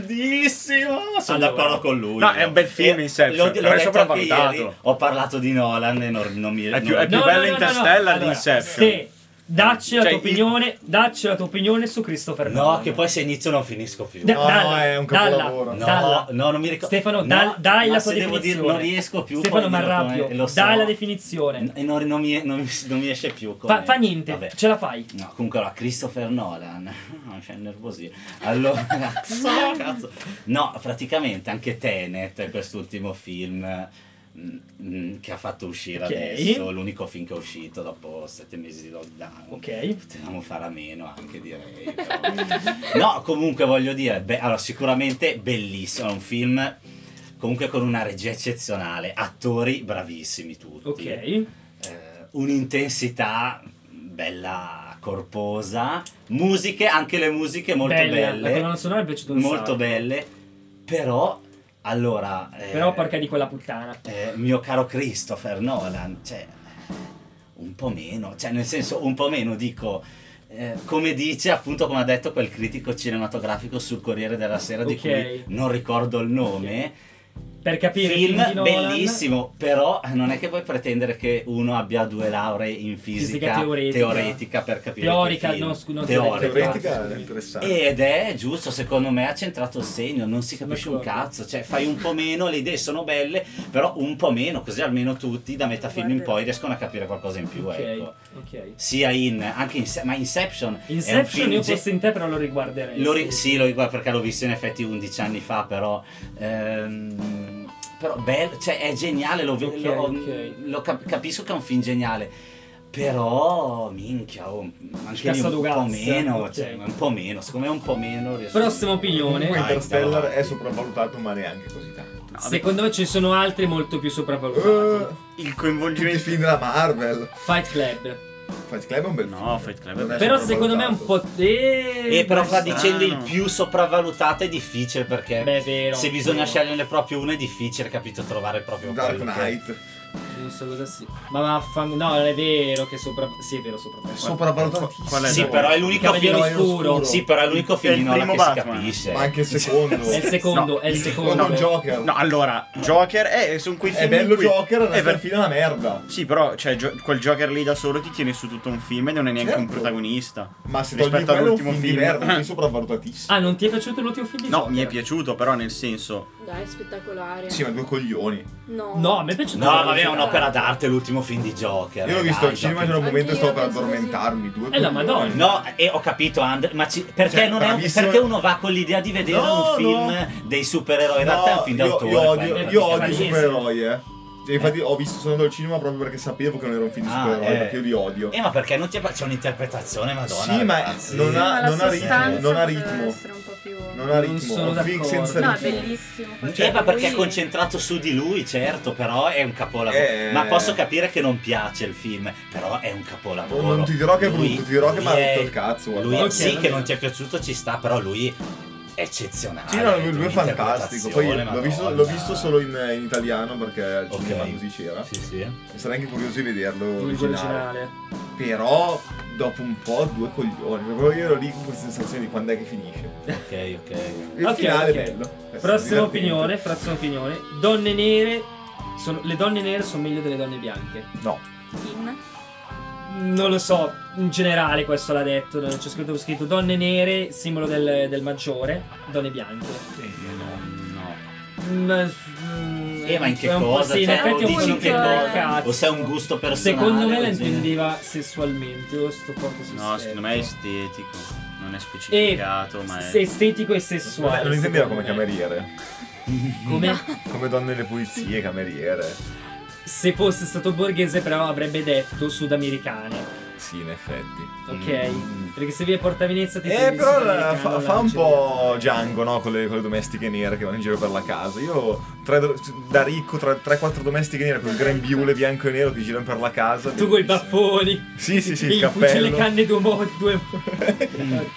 Speaker 5: Grandissimo! Sono
Speaker 4: Allora.
Speaker 5: d'accordo con lui.
Speaker 1: No, è un bel film,
Speaker 5: Eh,
Speaker 1: Inception,
Speaker 5: l'ho- l'ho
Speaker 1: però è
Speaker 5: detto anche
Speaker 1: sopravvalutato.
Speaker 5: ieri, Ho parlato di Nolan e non, non mi
Speaker 7: È più-
Speaker 5: non-
Speaker 7: è più bello Interstellar di Inception.
Speaker 4: Se dacci la
Speaker 7: Cioè,
Speaker 4: tua
Speaker 7: il-
Speaker 4: opinione, dacci la tua opinione su Christopher
Speaker 5: No,
Speaker 4: Nolan.
Speaker 5: che poi se inizio non finisco più.
Speaker 4: Da-
Speaker 2: No,
Speaker 4: dalla,
Speaker 2: no, è un
Speaker 4: dalla,
Speaker 2: capolavoro.
Speaker 5: No,
Speaker 4: dalla.
Speaker 5: no, non mi ricordo.
Speaker 4: Stefano,
Speaker 5: No,
Speaker 4: dal- dai
Speaker 5: ma
Speaker 4: la
Speaker 5: se
Speaker 4: tua
Speaker 5: devo
Speaker 4: definizione.
Speaker 5: dire- non riesco più,
Speaker 4: Stefano
Speaker 5: poi dillo
Speaker 4: Marrabbio,
Speaker 5: come- lo so.
Speaker 4: dai la definizione.
Speaker 5: E non, non mi, non mi- non mi esce più. come-
Speaker 4: Fa, fa niente,
Speaker 5: Vabbè.
Speaker 4: ce la fai.
Speaker 5: No, comunque allora, Christopher Nolan. No, c'è nervosire. Allora, cazzo, cazzo. No, praticamente anche Tenet, quest'ultimo film mm, mm, che ha fatto uscire
Speaker 4: Ok.
Speaker 5: adesso, l'unico film che è uscito dopo sette mesi di lockdown.
Speaker 4: Ok.
Speaker 5: Potevamo fare a meno anche direi. però. no, comunque voglio dire, beh, allora, sicuramente bellissimo, è un film comunque con una regia eccezionale, attori bravissimi tutti
Speaker 4: Ok.
Speaker 5: eh, un'intensità bella corposa, musiche, anche le musiche molto
Speaker 4: Bella,
Speaker 5: belle,
Speaker 4: La colonna sonora mi è piaciuta un
Speaker 5: molto
Speaker 4: sacco.
Speaker 5: belle, però allora eh,
Speaker 4: Però porca di quella puttana.
Speaker 5: eh, mio caro Christopher Nolan, cioè un po' meno, cioè nel senso un po' meno dico eh, come dice appunto come ha detto quel critico cinematografico sul Corriere della Sera
Speaker 4: Ok.
Speaker 5: di cui non ricordo il nome
Speaker 4: Per capire
Speaker 5: film
Speaker 4: di Nolan,
Speaker 5: bellissimo, però non è che puoi pretendere che uno abbia due lauree in fisica,
Speaker 4: Fisica teoretica.
Speaker 5: teoretica. per capire
Speaker 4: Teorica,
Speaker 5: quel film.
Speaker 4: no, scu- no,
Speaker 5: teorica.
Speaker 2: Teoretica è interessante.
Speaker 5: Ed è giusto, secondo me ha centrato il segno, non si capisce un
Speaker 4: D'accordo.
Speaker 5: cazzo, cioè fai un po' meno, le idee sono belle, però un po' meno, così almeno tutti da metà film in poi riescono a capire qualcosa in più,
Speaker 4: Ok,
Speaker 5: ecco.
Speaker 4: ok.
Speaker 5: Sia in, anche in, ma Inception, è un
Speaker 4: Inception
Speaker 5: film
Speaker 4: io
Speaker 5: ge-
Speaker 4: fossi in te però lo riguarderei.
Speaker 5: lo ri- sì, lo riguardo perché l'ho visto in effetti 11 anni fa, però. ehm, però bello, cioè è geniale, lo, ve-
Speaker 4: Ok,
Speaker 5: lo-
Speaker 4: ok.
Speaker 5: lo cap- capisco che è un film geniale. Però, minchia, oh, anche lì
Speaker 4: Scassa
Speaker 5: un po'
Speaker 4: d'ugazza,
Speaker 5: meno,
Speaker 4: ok.
Speaker 5: cioè, un po' meno, secondo me un po' meno. riesco-
Speaker 4: Prossima
Speaker 2: Comunque
Speaker 4: opinione.
Speaker 5: Vai,
Speaker 2: Interstellar
Speaker 5: davanti.
Speaker 2: è sopravvalutato, ma neanche così tanto.
Speaker 7: No, vabbè,
Speaker 4: Secondo me ci sono altri molto più
Speaker 2: Eh,
Speaker 4: sopravvalutati.
Speaker 1: Esatto.
Speaker 7: Il
Speaker 2: tutti Eh, i
Speaker 7: coinvolgimento
Speaker 2: film della Marvel.
Speaker 4: Fight Club.
Speaker 2: Fight Club è un bel
Speaker 7: No,
Speaker 2: film.
Speaker 7: Fight Club è
Speaker 2: Non
Speaker 7: bello.
Speaker 4: Però secondo me è un po'. Eh,
Speaker 5: E però fra
Speaker 4: beh,
Speaker 5: dicendo il
Speaker 7: strano.
Speaker 5: più sopravvalutato è difficile perché
Speaker 4: Beh, è vero.
Speaker 5: se bisogna
Speaker 4: vero.
Speaker 5: sceglierne proprio uno è difficile, capito, trovare proprio
Speaker 2: Dark
Speaker 5: quello che-
Speaker 2: Knight.
Speaker 4: Non visto cosa si. Ma vaffanculo. No, non è vero che sopra. Sì, è vero, sopra.
Speaker 2: Sopravvalutato.
Speaker 7: Qual è
Speaker 5: Sì,
Speaker 7: da-
Speaker 5: però è
Speaker 4: Il
Speaker 5: l'unico
Speaker 4: Cavaliere
Speaker 5: film.
Speaker 2: Cavaliero
Speaker 4: Oscuro.
Speaker 2: Oscuro.
Speaker 5: Sì, però è l'unico film
Speaker 7: È il
Speaker 5: di Nolan
Speaker 7: primo
Speaker 5: che si
Speaker 7: Batman.
Speaker 5: capisce.
Speaker 2: Ma anche il secondo.
Speaker 4: È il secondo, è il secondo.
Speaker 2: No, Joker.
Speaker 1: No, allora, Joker, eh, sono quei film
Speaker 2: è bello
Speaker 1: in cui...
Speaker 2: Joker,
Speaker 5: Eh,
Speaker 1: è
Speaker 7: Eh,
Speaker 2: è
Speaker 1: ver-
Speaker 2: per fine una merda.
Speaker 1: Sì, però, cioè, gio- quel Joker lì da solo ti tiene su tutto un film e non è neanche un
Speaker 2: Certo.
Speaker 1: protagonista.
Speaker 2: Ma se togli
Speaker 1: rispetto
Speaker 2: quello è un
Speaker 1: all'ultimo
Speaker 2: film, di
Speaker 1: film.
Speaker 2: merda, un film sopravvalutatissimo.
Speaker 4: Ah, non ti è piaciuto l'ultimo film di
Speaker 1: No,
Speaker 4: Joker?
Speaker 1: mi è piaciuto, però nel senso...
Speaker 6: Dai, spettacolare.
Speaker 2: Sì, ma due coglioni.
Speaker 5: Eh,
Speaker 6: No.
Speaker 4: No, a me è piaciuto.
Speaker 5: No, vabbè, è un'opera d'arte l'ultimo film di Joker. eh,
Speaker 2: Io l'ho visto
Speaker 5: dai,
Speaker 2: al cinema,
Speaker 5: Joker.
Speaker 2: c'era un momento e stavo per
Speaker 6: Anch'io penso così.
Speaker 2: addormentarmi. Due
Speaker 4: Eh, la
Speaker 2: coglioni.
Speaker 4: Madonna.
Speaker 5: No, e ho capito Andre, ma ci- perché,
Speaker 2: Cioè,
Speaker 5: non è un-
Speaker 2: bravissimo-
Speaker 5: perché uno va con l'idea di vedere
Speaker 2: No,
Speaker 5: un film
Speaker 2: no.
Speaker 5: dei supereroi? In
Speaker 2: No,
Speaker 5: realtà è un film
Speaker 2: io-
Speaker 5: d'autore.
Speaker 2: Io
Speaker 5: quello,
Speaker 2: odio, io
Speaker 5: è
Speaker 2: odio i
Speaker 5: bravissimo.
Speaker 2: supereroi, eh. Cioè, infatti ho visto sono andato al cinema proprio perché sapevo che non era un film di
Speaker 5: Ah,
Speaker 2: supereroi,
Speaker 5: eh.
Speaker 2: perché io li odio.
Speaker 5: Eh, ma perché non ti è... c'è un'interpretazione, madonna.
Speaker 2: Sì, ma
Speaker 5: ragazzi.
Speaker 2: non
Speaker 6: Ma la
Speaker 2: non
Speaker 6: sostanza
Speaker 2: ha ritmo, non ha
Speaker 6: poteva
Speaker 2: ritmo.
Speaker 6: essere un po' più-
Speaker 2: Non ha
Speaker 4: Non
Speaker 2: ritmo,
Speaker 4: sono
Speaker 2: è un film
Speaker 4: d'accordo.
Speaker 2: senza
Speaker 6: No,
Speaker 2: ritmo.
Speaker 6: è bellissimo.
Speaker 5: Eh, ma perché è
Speaker 6: lui-
Speaker 5: concentrato su di lui, certo, però è un capolavoro.
Speaker 2: Eh.
Speaker 5: Ma posso capire che non piace il film, però è un capolavoro.
Speaker 2: Oh, Non ti dirò che è
Speaker 5: Lui-
Speaker 2: brutto, ti dirò che mi ha
Speaker 5: lui è-
Speaker 2: rotto il cazzo, guarda.
Speaker 5: Lui
Speaker 4: Ok,
Speaker 5: sì
Speaker 4: va
Speaker 5: che
Speaker 4: bene.
Speaker 5: non ti è piaciuto, ci sta, però lui è eccezionale. Cioè,
Speaker 2: Sì, no, lui, lui è
Speaker 5: un'interpretazione,
Speaker 2: fantastico. Poi l'ho visto, l'ho
Speaker 5: madonna.
Speaker 2: visto solo eh. in, in italiano perché al
Speaker 5: Ok.
Speaker 2: cinema così c'era.
Speaker 5: Sì, sì.
Speaker 2: E sarei anche curioso di vederlo originale.
Speaker 4: originale.
Speaker 2: Però dopo un po' due coglioni. Proprio io ero lì con questa sensazione di quando è che finisce.
Speaker 5: Ok, ok.
Speaker 2: Il
Speaker 4: Ok,
Speaker 2: finale
Speaker 4: ok.
Speaker 2: è bello. Eh, È
Speaker 4: Prossima
Speaker 2: stato
Speaker 4: opinione,
Speaker 2: divertente.
Speaker 4: prossima opinione. Donne nere. sono- le donne nere sono meglio delle donne bianche.
Speaker 2: No.
Speaker 6: In-
Speaker 4: Non lo so, in generale questo l'ha detto. non C'è scritto, scritto donne nere, simbolo del, del maggiore, donne bianche. Mm, mm,
Speaker 5: Eh, ma in che
Speaker 4: è un po'
Speaker 5: cosa?
Speaker 4: Sì, in
Speaker 5: Cioè,
Speaker 4: effetti è un
Speaker 5: dici
Speaker 4: po'
Speaker 5: che
Speaker 4: un
Speaker 6: cosa?
Speaker 4: cazzo.
Speaker 5: O se è un gusto personale.
Speaker 4: Secondo me la
Speaker 5: così.
Speaker 4: intendeva sessualmente, o sto fatto
Speaker 7: No, secondo me è estetico. Non è specificato, ma è.
Speaker 4: se estetico e sessuale.
Speaker 2: Non intendeva come
Speaker 4: secondo me.
Speaker 2: cameriere.
Speaker 4: Come
Speaker 2: Come donne delle pulizie, cameriere.
Speaker 4: se fosse stato borghese, però avrebbe detto sudamericane.
Speaker 2: Sì, in effetti.
Speaker 4: Ok?
Speaker 2: Mm.
Speaker 4: Perché se vi è Porta Venezia ti
Speaker 2: Eh,
Speaker 4: prendi il
Speaker 2: però la-
Speaker 4: sudamericano,
Speaker 2: fa,
Speaker 4: la
Speaker 2: fa un
Speaker 4: lanci
Speaker 2: po'
Speaker 4: via.
Speaker 2: Django, no? Con le, con le domestiche nere che vanno in giro per la casa. Io, tre do- da ricco, 3-4 domestiche nere col grembiule bianco e nero che girano per la casa.
Speaker 4: Ecco. Tu coi
Speaker 2: Bellissimo.
Speaker 4: baffoni.
Speaker 2: Sì, sì, sì, il
Speaker 4: il fucile
Speaker 2: cappello. Mm.
Speaker 4: canne due mo- due. Porca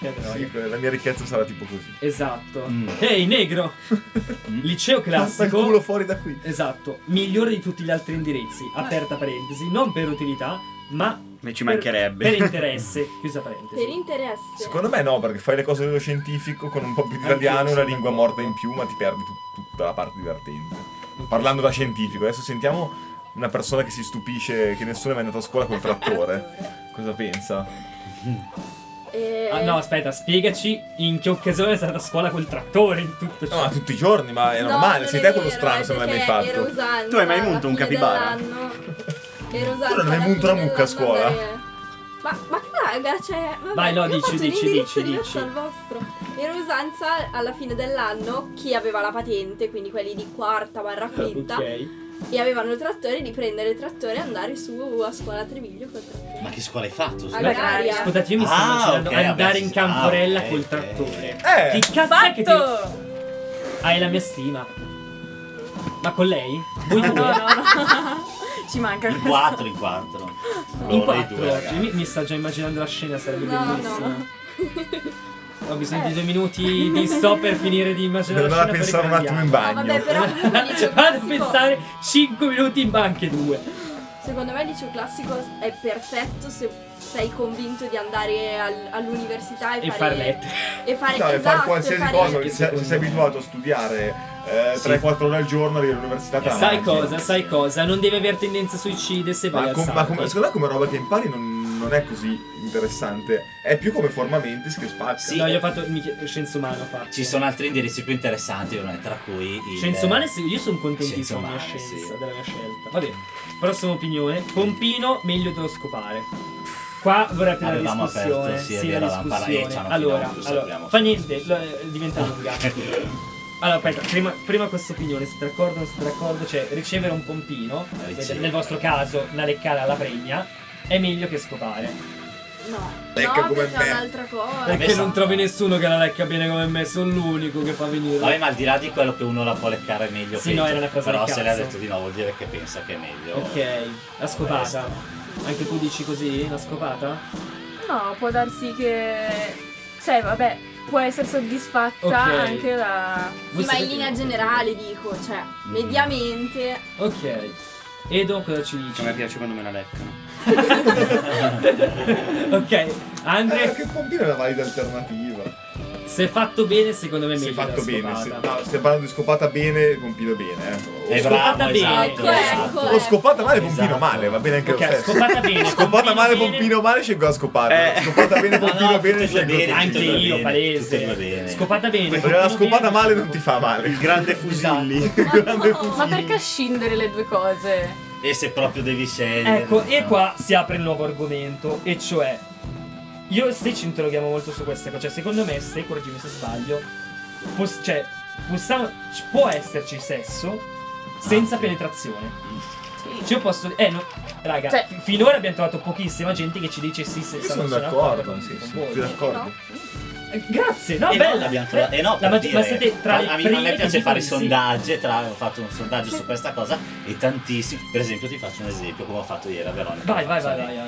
Speaker 2: Sì,
Speaker 4: troia.
Speaker 2: que- la mia ricchezza sarà tipo così.
Speaker 4: Esatto.
Speaker 5: Mm.
Speaker 4: Ehi, negro. Liceo
Speaker 2: Passa Mm. il culo
Speaker 4: classico.
Speaker 2: fuori da qui.
Speaker 4: Esatto, migliore di tutti gli altri indirizzi, aperta parentesi, non per utilità, ma
Speaker 7: Ma ci
Speaker 4: per-
Speaker 7: mancherebbe.
Speaker 4: Per, interesse, chiusa
Speaker 3: Per
Speaker 4: parentesi.
Speaker 3: interesse.
Speaker 2: Secondo me no, perché fai le cose dello scientifico con un po' più di italiano,
Speaker 4: Anch'io
Speaker 2: una
Speaker 4: sono
Speaker 2: lingua
Speaker 4: d'accordo.
Speaker 2: morta in più, ma ti perdi tut- tutta la parte divertente. Parlando da scientifico, adesso sentiamo una persona che si stupisce che nessuno è mai andato a scuola col trattore. Cosa pensa?
Speaker 3: E...
Speaker 4: Ah, no, aspetta, spiegaci in che occasione è stata a scuola col trattore in tutto
Speaker 2: No,
Speaker 4: ciò.
Speaker 2: ma tutti i giorni, ma è
Speaker 3: No,
Speaker 2: normale.
Speaker 3: non
Speaker 2: sei
Speaker 3: è
Speaker 2: te quello
Speaker 3: vero,
Speaker 2: strano
Speaker 3: è
Speaker 2: se non l'hai mai
Speaker 3: perché Era
Speaker 2: fatto.
Speaker 3: usanza.
Speaker 1: Tu hai mai
Speaker 3: alla
Speaker 1: munto un
Speaker 3: fine
Speaker 1: capibara?
Speaker 3: dell'anno. Era usanza.
Speaker 2: non hai
Speaker 3: alla
Speaker 2: munto
Speaker 3: fine
Speaker 2: una mucca a
Speaker 3: dell'anno
Speaker 2: scuola?
Speaker 3: andare- Ma, ma che raga, cioè. Vabbè,
Speaker 4: Vai, no,
Speaker 3: io
Speaker 4: dici,
Speaker 3: faccio
Speaker 4: dici,
Speaker 3: l'indirizzo
Speaker 4: dici,
Speaker 3: diverso
Speaker 4: dici.
Speaker 3: dal vostro. Era usanza alla fine dell'anno chi aveva la patente, quindi quelli di quarta barra quinta,
Speaker 4: Ok.
Speaker 3: e avevano il trattore di prendere il trattore e andare su a scuola a Treviglio col trattore.
Speaker 5: Ma che scuola hai fatto? scusa?
Speaker 3: Agraria.
Speaker 4: Scusate, io mi sto
Speaker 5: Ah,
Speaker 4: immaginando
Speaker 5: ok, vabbè,
Speaker 4: andare
Speaker 5: sì,
Speaker 4: in
Speaker 5: sì.
Speaker 4: camporella
Speaker 5: Ah, ok,
Speaker 4: col
Speaker 5: ok.
Speaker 4: trattore.
Speaker 2: Eh,
Speaker 4: Che cazzo è che ti...
Speaker 6: Fatto!
Speaker 4: Hai la mia stima. Ma con lei? Voi due?
Speaker 6: Ah, No, no, no. Ci manca
Speaker 5: In quattro, in quattro.
Speaker 4: In
Speaker 5: Loro i
Speaker 4: quattro
Speaker 5: due,
Speaker 4: oggi.
Speaker 5: ragazzi.
Speaker 4: Mi, mi sta già immaginando la scena, sarebbe
Speaker 3: No, Eh.
Speaker 4: bellissima. Ho bisogno di due minuti di stop per finire di immaginare
Speaker 2: devo
Speaker 4: la
Speaker 2: andare
Speaker 4: scena.
Speaker 2: a pensare un
Speaker 4: poi
Speaker 2: attimo in bagno.
Speaker 3: No, vabbè, però comunque il liceo
Speaker 4: Vado a
Speaker 3: classico.
Speaker 4: pensare 5 minuti in banche 2.
Speaker 3: Secondo me il liceo classico è perfetto se sei convinto di andare al- all'università e,
Speaker 4: E far lettere.
Speaker 3: e fare
Speaker 2: no,
Speaker 3: esatto,
Speaker 2: e Cioè, fare qualsiasi
Speaker 3: fare-
Speaker 2: cosa.
Speaker 4: Perché
Speaker 2: Se, se
Speaker 4: secondo
Speaker 2: sei
Speaker 4: me-
Speaker 2: abituato a studiare eh, 3-4 ore al giorno, arrivi all'università te la
Speaker 4: Sai
Speaker 2: mangi.
Speaker 4: cosa, sai cosa? Non devi avere tendenze suicide se vai
Speaker 2: Ma,
Speaker 4: al
Speaker 2: com- ma
Speaker 4: sarto.
Speaker 2: come- secondo me come roba che impari non, non è così interessante. È più come forma mentis che spacca. Eh,
Speaker 5: Sì.
Speaker 4: No, io ho fatto mi chie- scienza umana. ho fatto.
Speaker 5: Ci sono altri indirizzi più interessanti, ovviamente, tra cui il...
Speaker 4: Scienze umane, sì, io sono
Speaker 5: Scienze
Speaker 4: contentissimo della mia
Speaker 5: umane,
Speaker 4: scienza,
Speaker 5: sì.
Speaker 4: della mia scelta. Va bene, prossima opinione. Pompino, meglio dello scopare. Qua vorrei aprire la
Speaker 5: Avevamo
Speaker 4: discussione.
Speaker 5: aperto, sì, è
Speaker 4: sì,
Speaker 5: vero,
Speaker 4: la
Speaker 5: avevamo parlato, eh, ci
Speaker 4: discussione.
Speaker 5: hanno
Speaker 4: Allora,
Speaker 5: fidato, lo
Speaker 4: allora
Speaker 5: sappiamo.
Speaker 4: fa niente, lo- eh, diventa lunga. Allora, aspetta, prima, prima questa opinione, siete d'accordo o non siete d'accordo? Cioè, ricevere un pompino,
Speaker 5: Ricevere.
Speaker 4: nel vostro caso una leccata alla pregna, è meglio che scopare.
Speaker 3: No,
Speaker 2: Ecco
Speaker 3: no,
Speaker 2: come
Speaker 3: perché è
Speaker 2: me.
Speaker 3: un'altra cosa.
Speaker 5: Ecco.
Speaker 4: Perché
Speaker 5: sa-
Speaker 4: non trovi nessuno che la lecca bene come me, sono l'unico che fa venire.
Speaker 5: Vabbè, ma al di là di quello che uno la può leccare meglio
Speaker 4: Sì,
Speaker 5: peggio,
Speaker 4: no, era una cosa
Speaker 5: Però
Speaker 4: del
Speaker 5: se l'ha
Speaker 4: cazzo.
Speaker 5: detto di no vuol dire che pensa che è meglio.
Speaker 4: Ok, la scopata. Anche tu dici così? La scopata?
Speaker 6: No, può darsi che... Cioè, vabbè, può essere soddisfatta
Speaker 4: Ok.
Speaker 6: anche da...
Speaker 4: Voi
Speaker 3: ma in
Speaker 4: sapete-
Speaker 3: linea generale dico, cioè, mediamente
Speaker 4: Ok. Edo cosa ci
Speaker 7: Che
Speaker 4: dici?
Speaker 7: a me piace quando me la leccano.
Speaker 4: ok,
Speaker 2: Eh,
Speaker 4: Andre,
Speaker 2: che può dire una valida alternativa.
Speaker 4: se fatto bene secondo me è
Speaker 2: Se
Speaker 4: meglio
Speaker 2: fatto
Speaker 4: la
Speaker 2: bene, se,
Speaker 4: scopata.
Speaker 2: no, stiamo parlando di scopata bene, pompino bene. Eh.
Speaker 5: È
Speaker 4: Ho
Speaker 5: bravo,
Speaker 4: scopato bene.
Speaker 5: esatto,
Speaker 3: Ecco,
Speaker 5: esatto.
Speaker 3: ecco.
Speaker 2: O scopata male, pompino
Speaker 5: Esatto.
Speaker 2: male, va bene anche lo
Speaker 4: Ok,
Speaker 2: stesso.
Speaker 4: scopata bene.
Speaker 2: Scopata male,
Speaker 4: pompino bene.
Speaker 2: pompino male, scelgo la scopata.
Speaker 7: Eh.
Speaker 2: Scopata bene,
Speaker 5: No, no,
Speaker 2: pompino
Speaker 5: tutte e
Speaker 2: bene,
Speaker 5: due
Speaker 2: scelgo
Speaker 5: bene,
Speaker 2: la
Speaker 4: Anche
Speaker 5: tutte e due
Speaker 4: io,
Speaker 5: bene, tutte e due
Speaker 4: palese.
Speaker 5: bene.
Speaker 4: Scopata bene.
Speaker 2: Perché la
Speaker 4: pompino
Speaker 2: scopata
Speaker 4: bene.
Speaker 2: male non ti fa male.
Speaker 7: Il grande
Speaker 5: Esatto.
Speaker 7: fusilli.
Speaker 2: Il grande fusilli.
Speaker 8: Ma perché scindere le due cose?
Speaker 5: E se proprio devi scegliere.
Speaker 4: Ecco, e qua si apre il nuovo argomento, e cioè. Io e Ste ci interroghiamo molto su queste cose. Cioè, secondo me, Ste, correggimi se sbaglio, pos- cioè, possiamo- ci- può esserci sesso
Speaker 5: Ah,
Speaker 4: senza penetrazione. Cioè, io posso. Eh, no, raga,
Speaker 8: Cioè-
Speaker 4: fi- finora abbiamo trovato pochissima gente che ci dice sì, se
Speaker 2: Io
Speaker 4: sta-
Speaker 2: sono
Speaker 4: sono
Speaker 2: d'accordo,
Speaker 4: con-
Speaker 2: sì,
Speaker 4: con
Speaker 2: sì,
Speaker 4: voi.
Speaker 2: più d'accordo.
Speaker 4: Eh, Grazie, no,
Speaker 5: E no,
Speaker 4: bella.
Speaker 5: l'abbiamo trovata.
Speaker 4: eh,
Speaker 5: E no,
Speaker 4: la
Speaker 5: per
Speaker 4: ma-
Speaker 5: dire,
Speaker 4: ma siete tra le
Speaker 5: a, me- a
Speaker 4: prime
Speaker 5: me
Speaker 4: che
Speaker 5: piace fare i
Speaker 4: dicono di sì.
Speaker 5: sondaggi, tra, ho fatto un sondaggio su questa cosa e tantissimi. Per esempio, ti faccio un esempio come ho fatto ieri a Verona.
Speaker 4: Vai, vai, vai, vai. vai.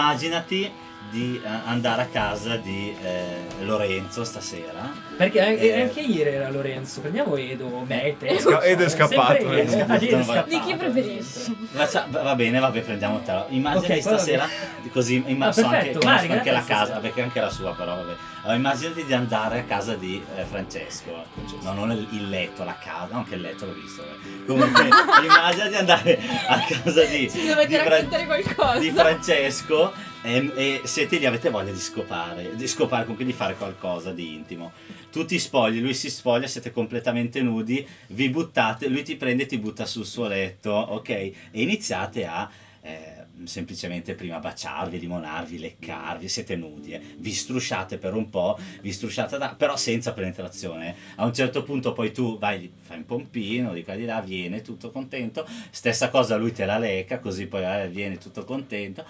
Speaker 5: Immaginati di eh, andare a casa di eh, Lorenzo stasera.
Speaker 4: Perché anche,
Speaker 5: Eh.
Speaker 4: anche ieri era Lorenzo, prendiamo Edo, Mete.
Speaker 2: È sca- Edo è scappato.
Speaker 4: Sempre Edo. Ah, Edo è scappato.
Speaker 8: Di chi preferisci?
Speaker 5: Faccia- va bene, vabbè, prendiamo te. Immagini
Speaker 4: Ok, però-
Speaker 5: stasera, così imma-
Speaker 4: Ah,
Speaker 5: so anche,
Speaker 4: perfetto,
Speaker 5: conosco
Speaker 4: vai,
Speaker 5: anche la
Speaker 4: grazie,
Speaker 5: casa,
Speaker 4: stasera.
Speaker 5: perché anche la sua, però vabbè. Allora, immaginati di andare a casa di eh, Francesco. cioè, No, non il, il letto, la casa, no, che il letto l'ho visto. vabbè. Comunque, immaginati di andare a casa di,
Speaker 8: Ci dovete
Speaker 5: di Fra-
Speaker 8: raccontare qualcosa.
Speaker 5: di Francesco e, e siete lì, avete voglia di scopare, di scopare comunque di fare qualcosa di intimo. Tu ti spogli, lui si spoglia, siete completamente nudi, vi buttate, lui ti prende e ti butta sul suo letto, ok? E iniziate a eh, semplicemente prima baciarvi, limonarvi, leccarvi, siete nudi, eh. vi strusciate per un po', vi strusciate da, però senza penetrazione. A un certo punto poi tu vai, fai un pompino, di qua di là, viene tutto contento, stessa cosa lui te la leca, così poi eh, viene tutto contento.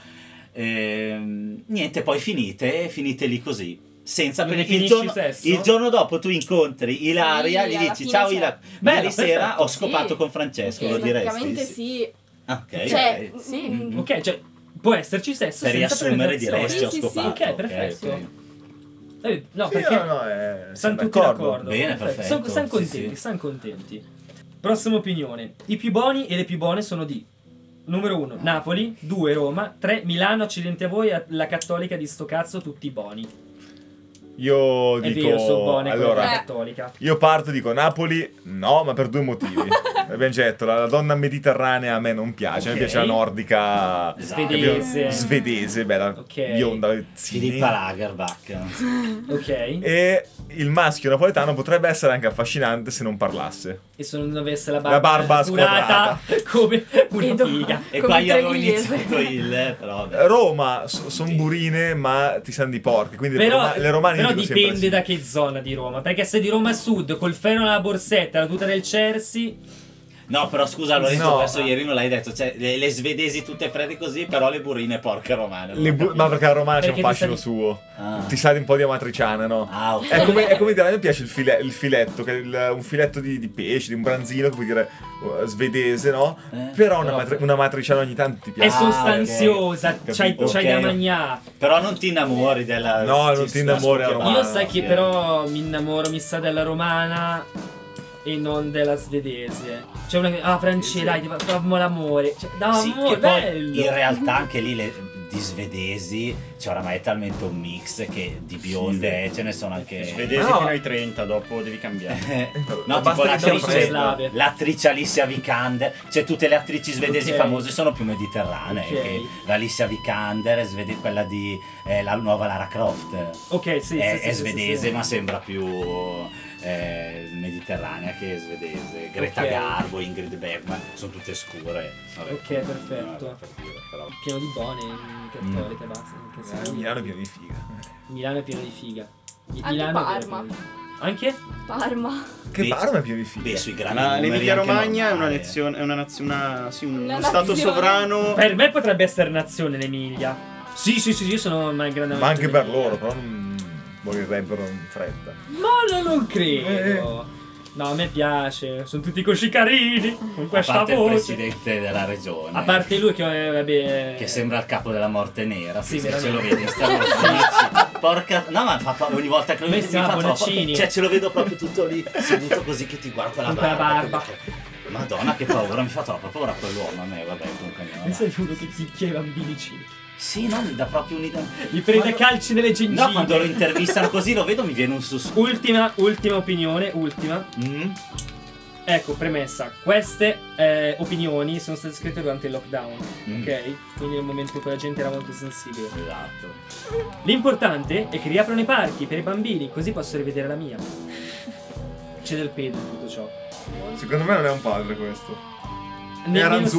Speaker 5: Ehm, niente, poi finite, finite lì così. Senza
Speaker 4: Non
Speaker 5: perché il
Speaker 4: definisci
Speaker 5: giorno,
Speaker 4: sesso?
Speaker 5: il giorno dopo tu incontri Ilaria,
Speaker 3: Sì,
Speaker 5: gli
Speaker 3: alla
Speaker 5: dici
Speaker 3: fine
Speaker 5: ciao
Speaker 3: c'è."
Speaker 5: Ilaria,
Speaker 4: Bello,
Speaker 5: ieri sera
Speaker 4: perfetto,
Speaker 5: ho scopato
Speaker 8: sì.
Speaker 5: con Francesco, lo diresti?
Speaker 3: Praticamente sì.
Speaker 5: Ah, ok, ok.
Speaker 3: Cioè,
Speaker 8: Sì.
Speaker 3: mm,
Speaker 4: Ok, cioè può esserci sesso
Speaker 5: per
Speaker 4: senza
Speaker 5: riassumere
Speaker 4: penetrazione.
Speaker 5: diresti ho
Speaker 3: Sì, sì, sì,
Speaker 5: scopato
Speaker 4: ok, perfetto.
Speaker 5: ok.
Speaker 4: Eh, No,
Speaker 2: Sì,
Speaker 4: perché
Speaker 2: no, no, eh,
Speaker 4: sono
Speaker 2: sono
Speaker 4: tutti
Speaker 2: d'accordo.
Speaker 4: d'accordo.
Speaker 5: Bene,
Speaker 4: Sono
Speaker 5: perfetto,
Speaker 4: san
Speaker 5: sì,
Speaker 4: contenti,
Speaker 5: sì.
Speaker 4: san contenti. Prossima opinione. I più buoni e le più buone sono di Numero 1 Napoli, 2 Roma, 3 Milano, accidenti a voi, a- la cattolica di sto cazzo, tutti buoni.
Speaker 2: Io
Speaker 4: È
Speaker 2: dico
Speaker 4: vero, sono Eh. buone quelle della
Speaker 2: allora,
Speaker 4: cattolica.
Speaker 2: io parto dico Napoli, no, ma per due motivi. Abbiamo già detto, la, la donna mediterranea a me non piace, a me
Speaker 4: Ok.
Speaker 2: piace la nordica
Speaker 4: Svedese.
Speaker 2: svedese, bella,
Speaker 4: Ok.
Speaker 2: bionda,
Speaker 5: Filippa
Speaker 2: zini.
Speaker 5: Lagerbach.
Speaker 8: Eh.
Speaker 4: Ok. E,
Speaker 2: E il maschio napoletano potrebbe essere anche affascinante se non parlasse.
Speaker 4: se non avesse la barba,
Speaker 2: La barba
Speaker 4: durata come una
Speaker 8: Edo.
Speaker 4: figa.
Speaker 5: E
Speaker 8: Come
Speaker 5: qua
Speaker 8: il
Speaker 5: io avevo
Speaker 8: Trevigliese.
Speaker 5: iniziato il eh, però vabbè.
Speaker 2: Roma sono
Speaker 5: Sì.
Speaker 2: burine, ma ti sanno di porchi, quindi le
Speaker 4: Però,
Speaker 2: Roma- le romane
Speaker 4: però
Speaker 2: io dico sempre
Speaker 4: dipende
Speaker 2: sì.
Speaker 4: da che zona di Roma. Perché se di Roma Sud col ferro alla borsetta, la tuta del Chelsea,
Speaker 5: No, però scusa Lorenzo,
Speaker 2: No.
Speaker 5: questo ieri non l'hai detto, cioè le, le svedesi tutte fredde così, però le burine porca romana. non
Speaker 2: Le
Speaker 5: ho
Speaker 2: bu-
Speaker 5: capito.
Speaker 2: ma perché la romana c'è un
Speaker 4: Perché ti
Speaker 2: fascino
Speaker 4: sa
Speaker 2: suo.
Speaker 5: Ah.
Speaker 2: Ti Ecco, sa di un po' di amatriciana, no?
Speaker 5: Ah, ok.
Speaker 2: È come, è come dire, a me piace il, file- il filetto, che è il- un filetto di, di pesce, di un branzino, che vuol dire eh, svedese, no?
Speaker 5: Eh,
Speaker 2: però una,
Speaker 5: però-
Speaker 2: matri- una matriciana ogni tanto ti
Speaker 4: è
Speaker 2: piace.
Speaker 5: Ah, ok.
Speaker 4: sostanziosa, c'hai,
Speaker 5: Capito.
Speaker 4: c'hai
Speaker 5: Ok.
Speaker 4: da mangiare.
Speaker 5: Però non ti innamori della
Speaker 2: No, non ti innamori della
Speaker 5: della scoppia-
Speaker 4: Io
Speaker 2: romana.
Speaker 4: sai che
Speaker 5: sì.
Speaker 4: però mi innamoro, mi sa, della romana e non della svedese. Cioè una che, ah, francese, dai, ti fa- fammo l'amore. Cioè, no,
Speaker 5: Sì,
Speaker 4: amore,
Speaker 5: che poi
Speaker 4: bello.
Speaker 5: in realtà anche lì le di svedesi, cioè oramai è talmente un mix che di bionde ce ne sono anche
Speaker 7: Svedese
Speaker 2: No.
Speaker 7: fino ai 30, dopo devi cambiare.
Speaker 5: Eh,
Speaker 2: Ma
Speaker 5: No, tipo
Speaker 2: basta che sia
Speaker 5: l'attrice,
Speaker 4: slave.
Speaker 5: l'attrice Alicia Vikander, cioè tutte le attrici svedesi
Speaker 4: Ok.
Speaker 5: famose sono più mediterranee.
Speaker 4: Ok.
Speaker 5: Che l'Alicia Vikander è svede- quella di eh, la nuova Lara Croft.
Speaker 4: Ok, sì,
Speaker 5: è,
Speaker 4: sì, sì, sì,
Speaker 5: è svedese,
Speaker 4: sì, sì.
Speaker 5: ma sembra più eh, mediterranea che svedese. Greta
Speaker 4: Ok.
Speaker 5: Garbo, Ingrid Bergman, sono tutte scure. Vabbè.
Speaker 4: Ok, perfetto.
Speaker 5: No, per dire, però.
Speaker 4: Pieno di buone, in cattolica, basta. in cattolica.
Speaker 2: Eh, Milano è pieno di figa.
Speaker 4: Milano è pieno di figa. Mi-
Speaker 3: Anche
Speaker 4: Milano è
Speaker 3: Parma.
Speaker 4: pieno di- Anche?
Speaker 3: Parma.
Speaker 2: Che
Speaker 5: Beh,
Speaker 2: Parma è pieno di figa.
Speaker 5: Beh, sui grandi
Speaker 7: La
Speaker 5: numeri
Speaker 7: Ah, l'Emilia
Speaker 5: anche
Speaker 7: Romagna è una
Speaker 5: normale.
Speaker 7: nazione, è una nazio- una- sì, un-
Speaker 3: Una
Speaker 7: uno stato
Speaker 3: nazione.
Speaker 7: sovrano.
Speaker 4: Per me potrebbe essere nazione l'Emilia. Sì, sì, sì, sì, io sono una grande
Speaker 2: Ma anche per
Speaker 4: dell'Emilia.
Speaker 2: loro, però non vorrebbero in fretta.
Speaker 4: Ma non lo credo. Eh, No, a me piace. Sono tutti così carini. Con
Speaker 5: A
Speaker 4: questa
Speaker 5: parte il
Speaker 4: voce.
Speaker 5: presidente della regione.
Speaker 4: A parte lui che eh, vabbè.
Speaker 5: Che sembra il capo della morte nera.
Speaker 4: Sì,
Speaker 5: Sì,
Speaker 4: veramente.
Speaker 5: ce lo vedi in Star Wars, dici, Porca. No, ma fa, ogni volta che lo
Speaker 4: Noi
Speaker 5: vedo mi
Speaker 4: siamo
Speaker 5: fa troppo.
Speaker 4: Bonaccini.
Speaker 5: Cioè, ce lo vedo proprio tutto lì, seduto così che ti guarda con la
Speaker 4: Con la
Speaker 5: barba.
Speaker 4: barba.
Speaker 5: che- Madonna che paura, mi fa troppa paura quell'uomo a me, vabbè, comunque andiamo
Speaker 4: Pensa
Speaker 5: avanti.
Speaker 4: di uno eh, che picchia i bambini ciechi.
Speaker 5: Sì, no, mi dà proprio un'idea.
Speaker 4: Gli prende
Speaker 5: Quando-
Speaker 4: calci nelle gengive.
Speaker 5: No, quando lo intervistano così lo vedo mi viene un sussurro.
Speaker 4: Ultima, ultima opinione, ultima.
Speaker 5: Mm?
Speaker 4: Ecco, premessa, queste eh, opinioni sono state scritte durante il lockdown,
Speaker 5: Mm.
Speaker 4: ok? Quindi nel momento in cui la gente era molto sensibile.
Speaker 5: Esatto.
Speaker 4: L'importante è che riaprano i parchi per i bambini, così posso rivedere la mia. C'è del pedo in tutto ciò.
Speaker 2: Secondo me non è un padre questo.
Speaker 4: Nemmeno
Speaker 2: Aranzu-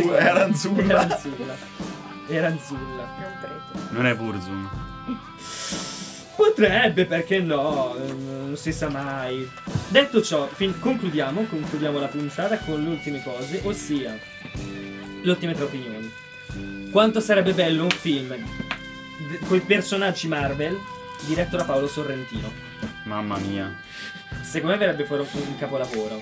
Speaker 4: secondo me.
Speaker 2: era Anzulla.
Speaker 4: Era Anzulla. Era Anzulla.
Speaker 6: È un prete.
Speaker 7: Non è Burzum.
Speaker 4: Potrebbe, perché no? Eh, Non si sa mai. Detto ciò, fin- concludiamo, concludiamo la puntata con le ultime cose, ossia le ultime tre opinioni. Quanto sarebbe bello un film con i personaggi Marvel diretto da Paolo Sorrentino?
Speaker 7: Mamma mia.
Speaker 4: Secondo me verrebbe fuori un un capolavoro.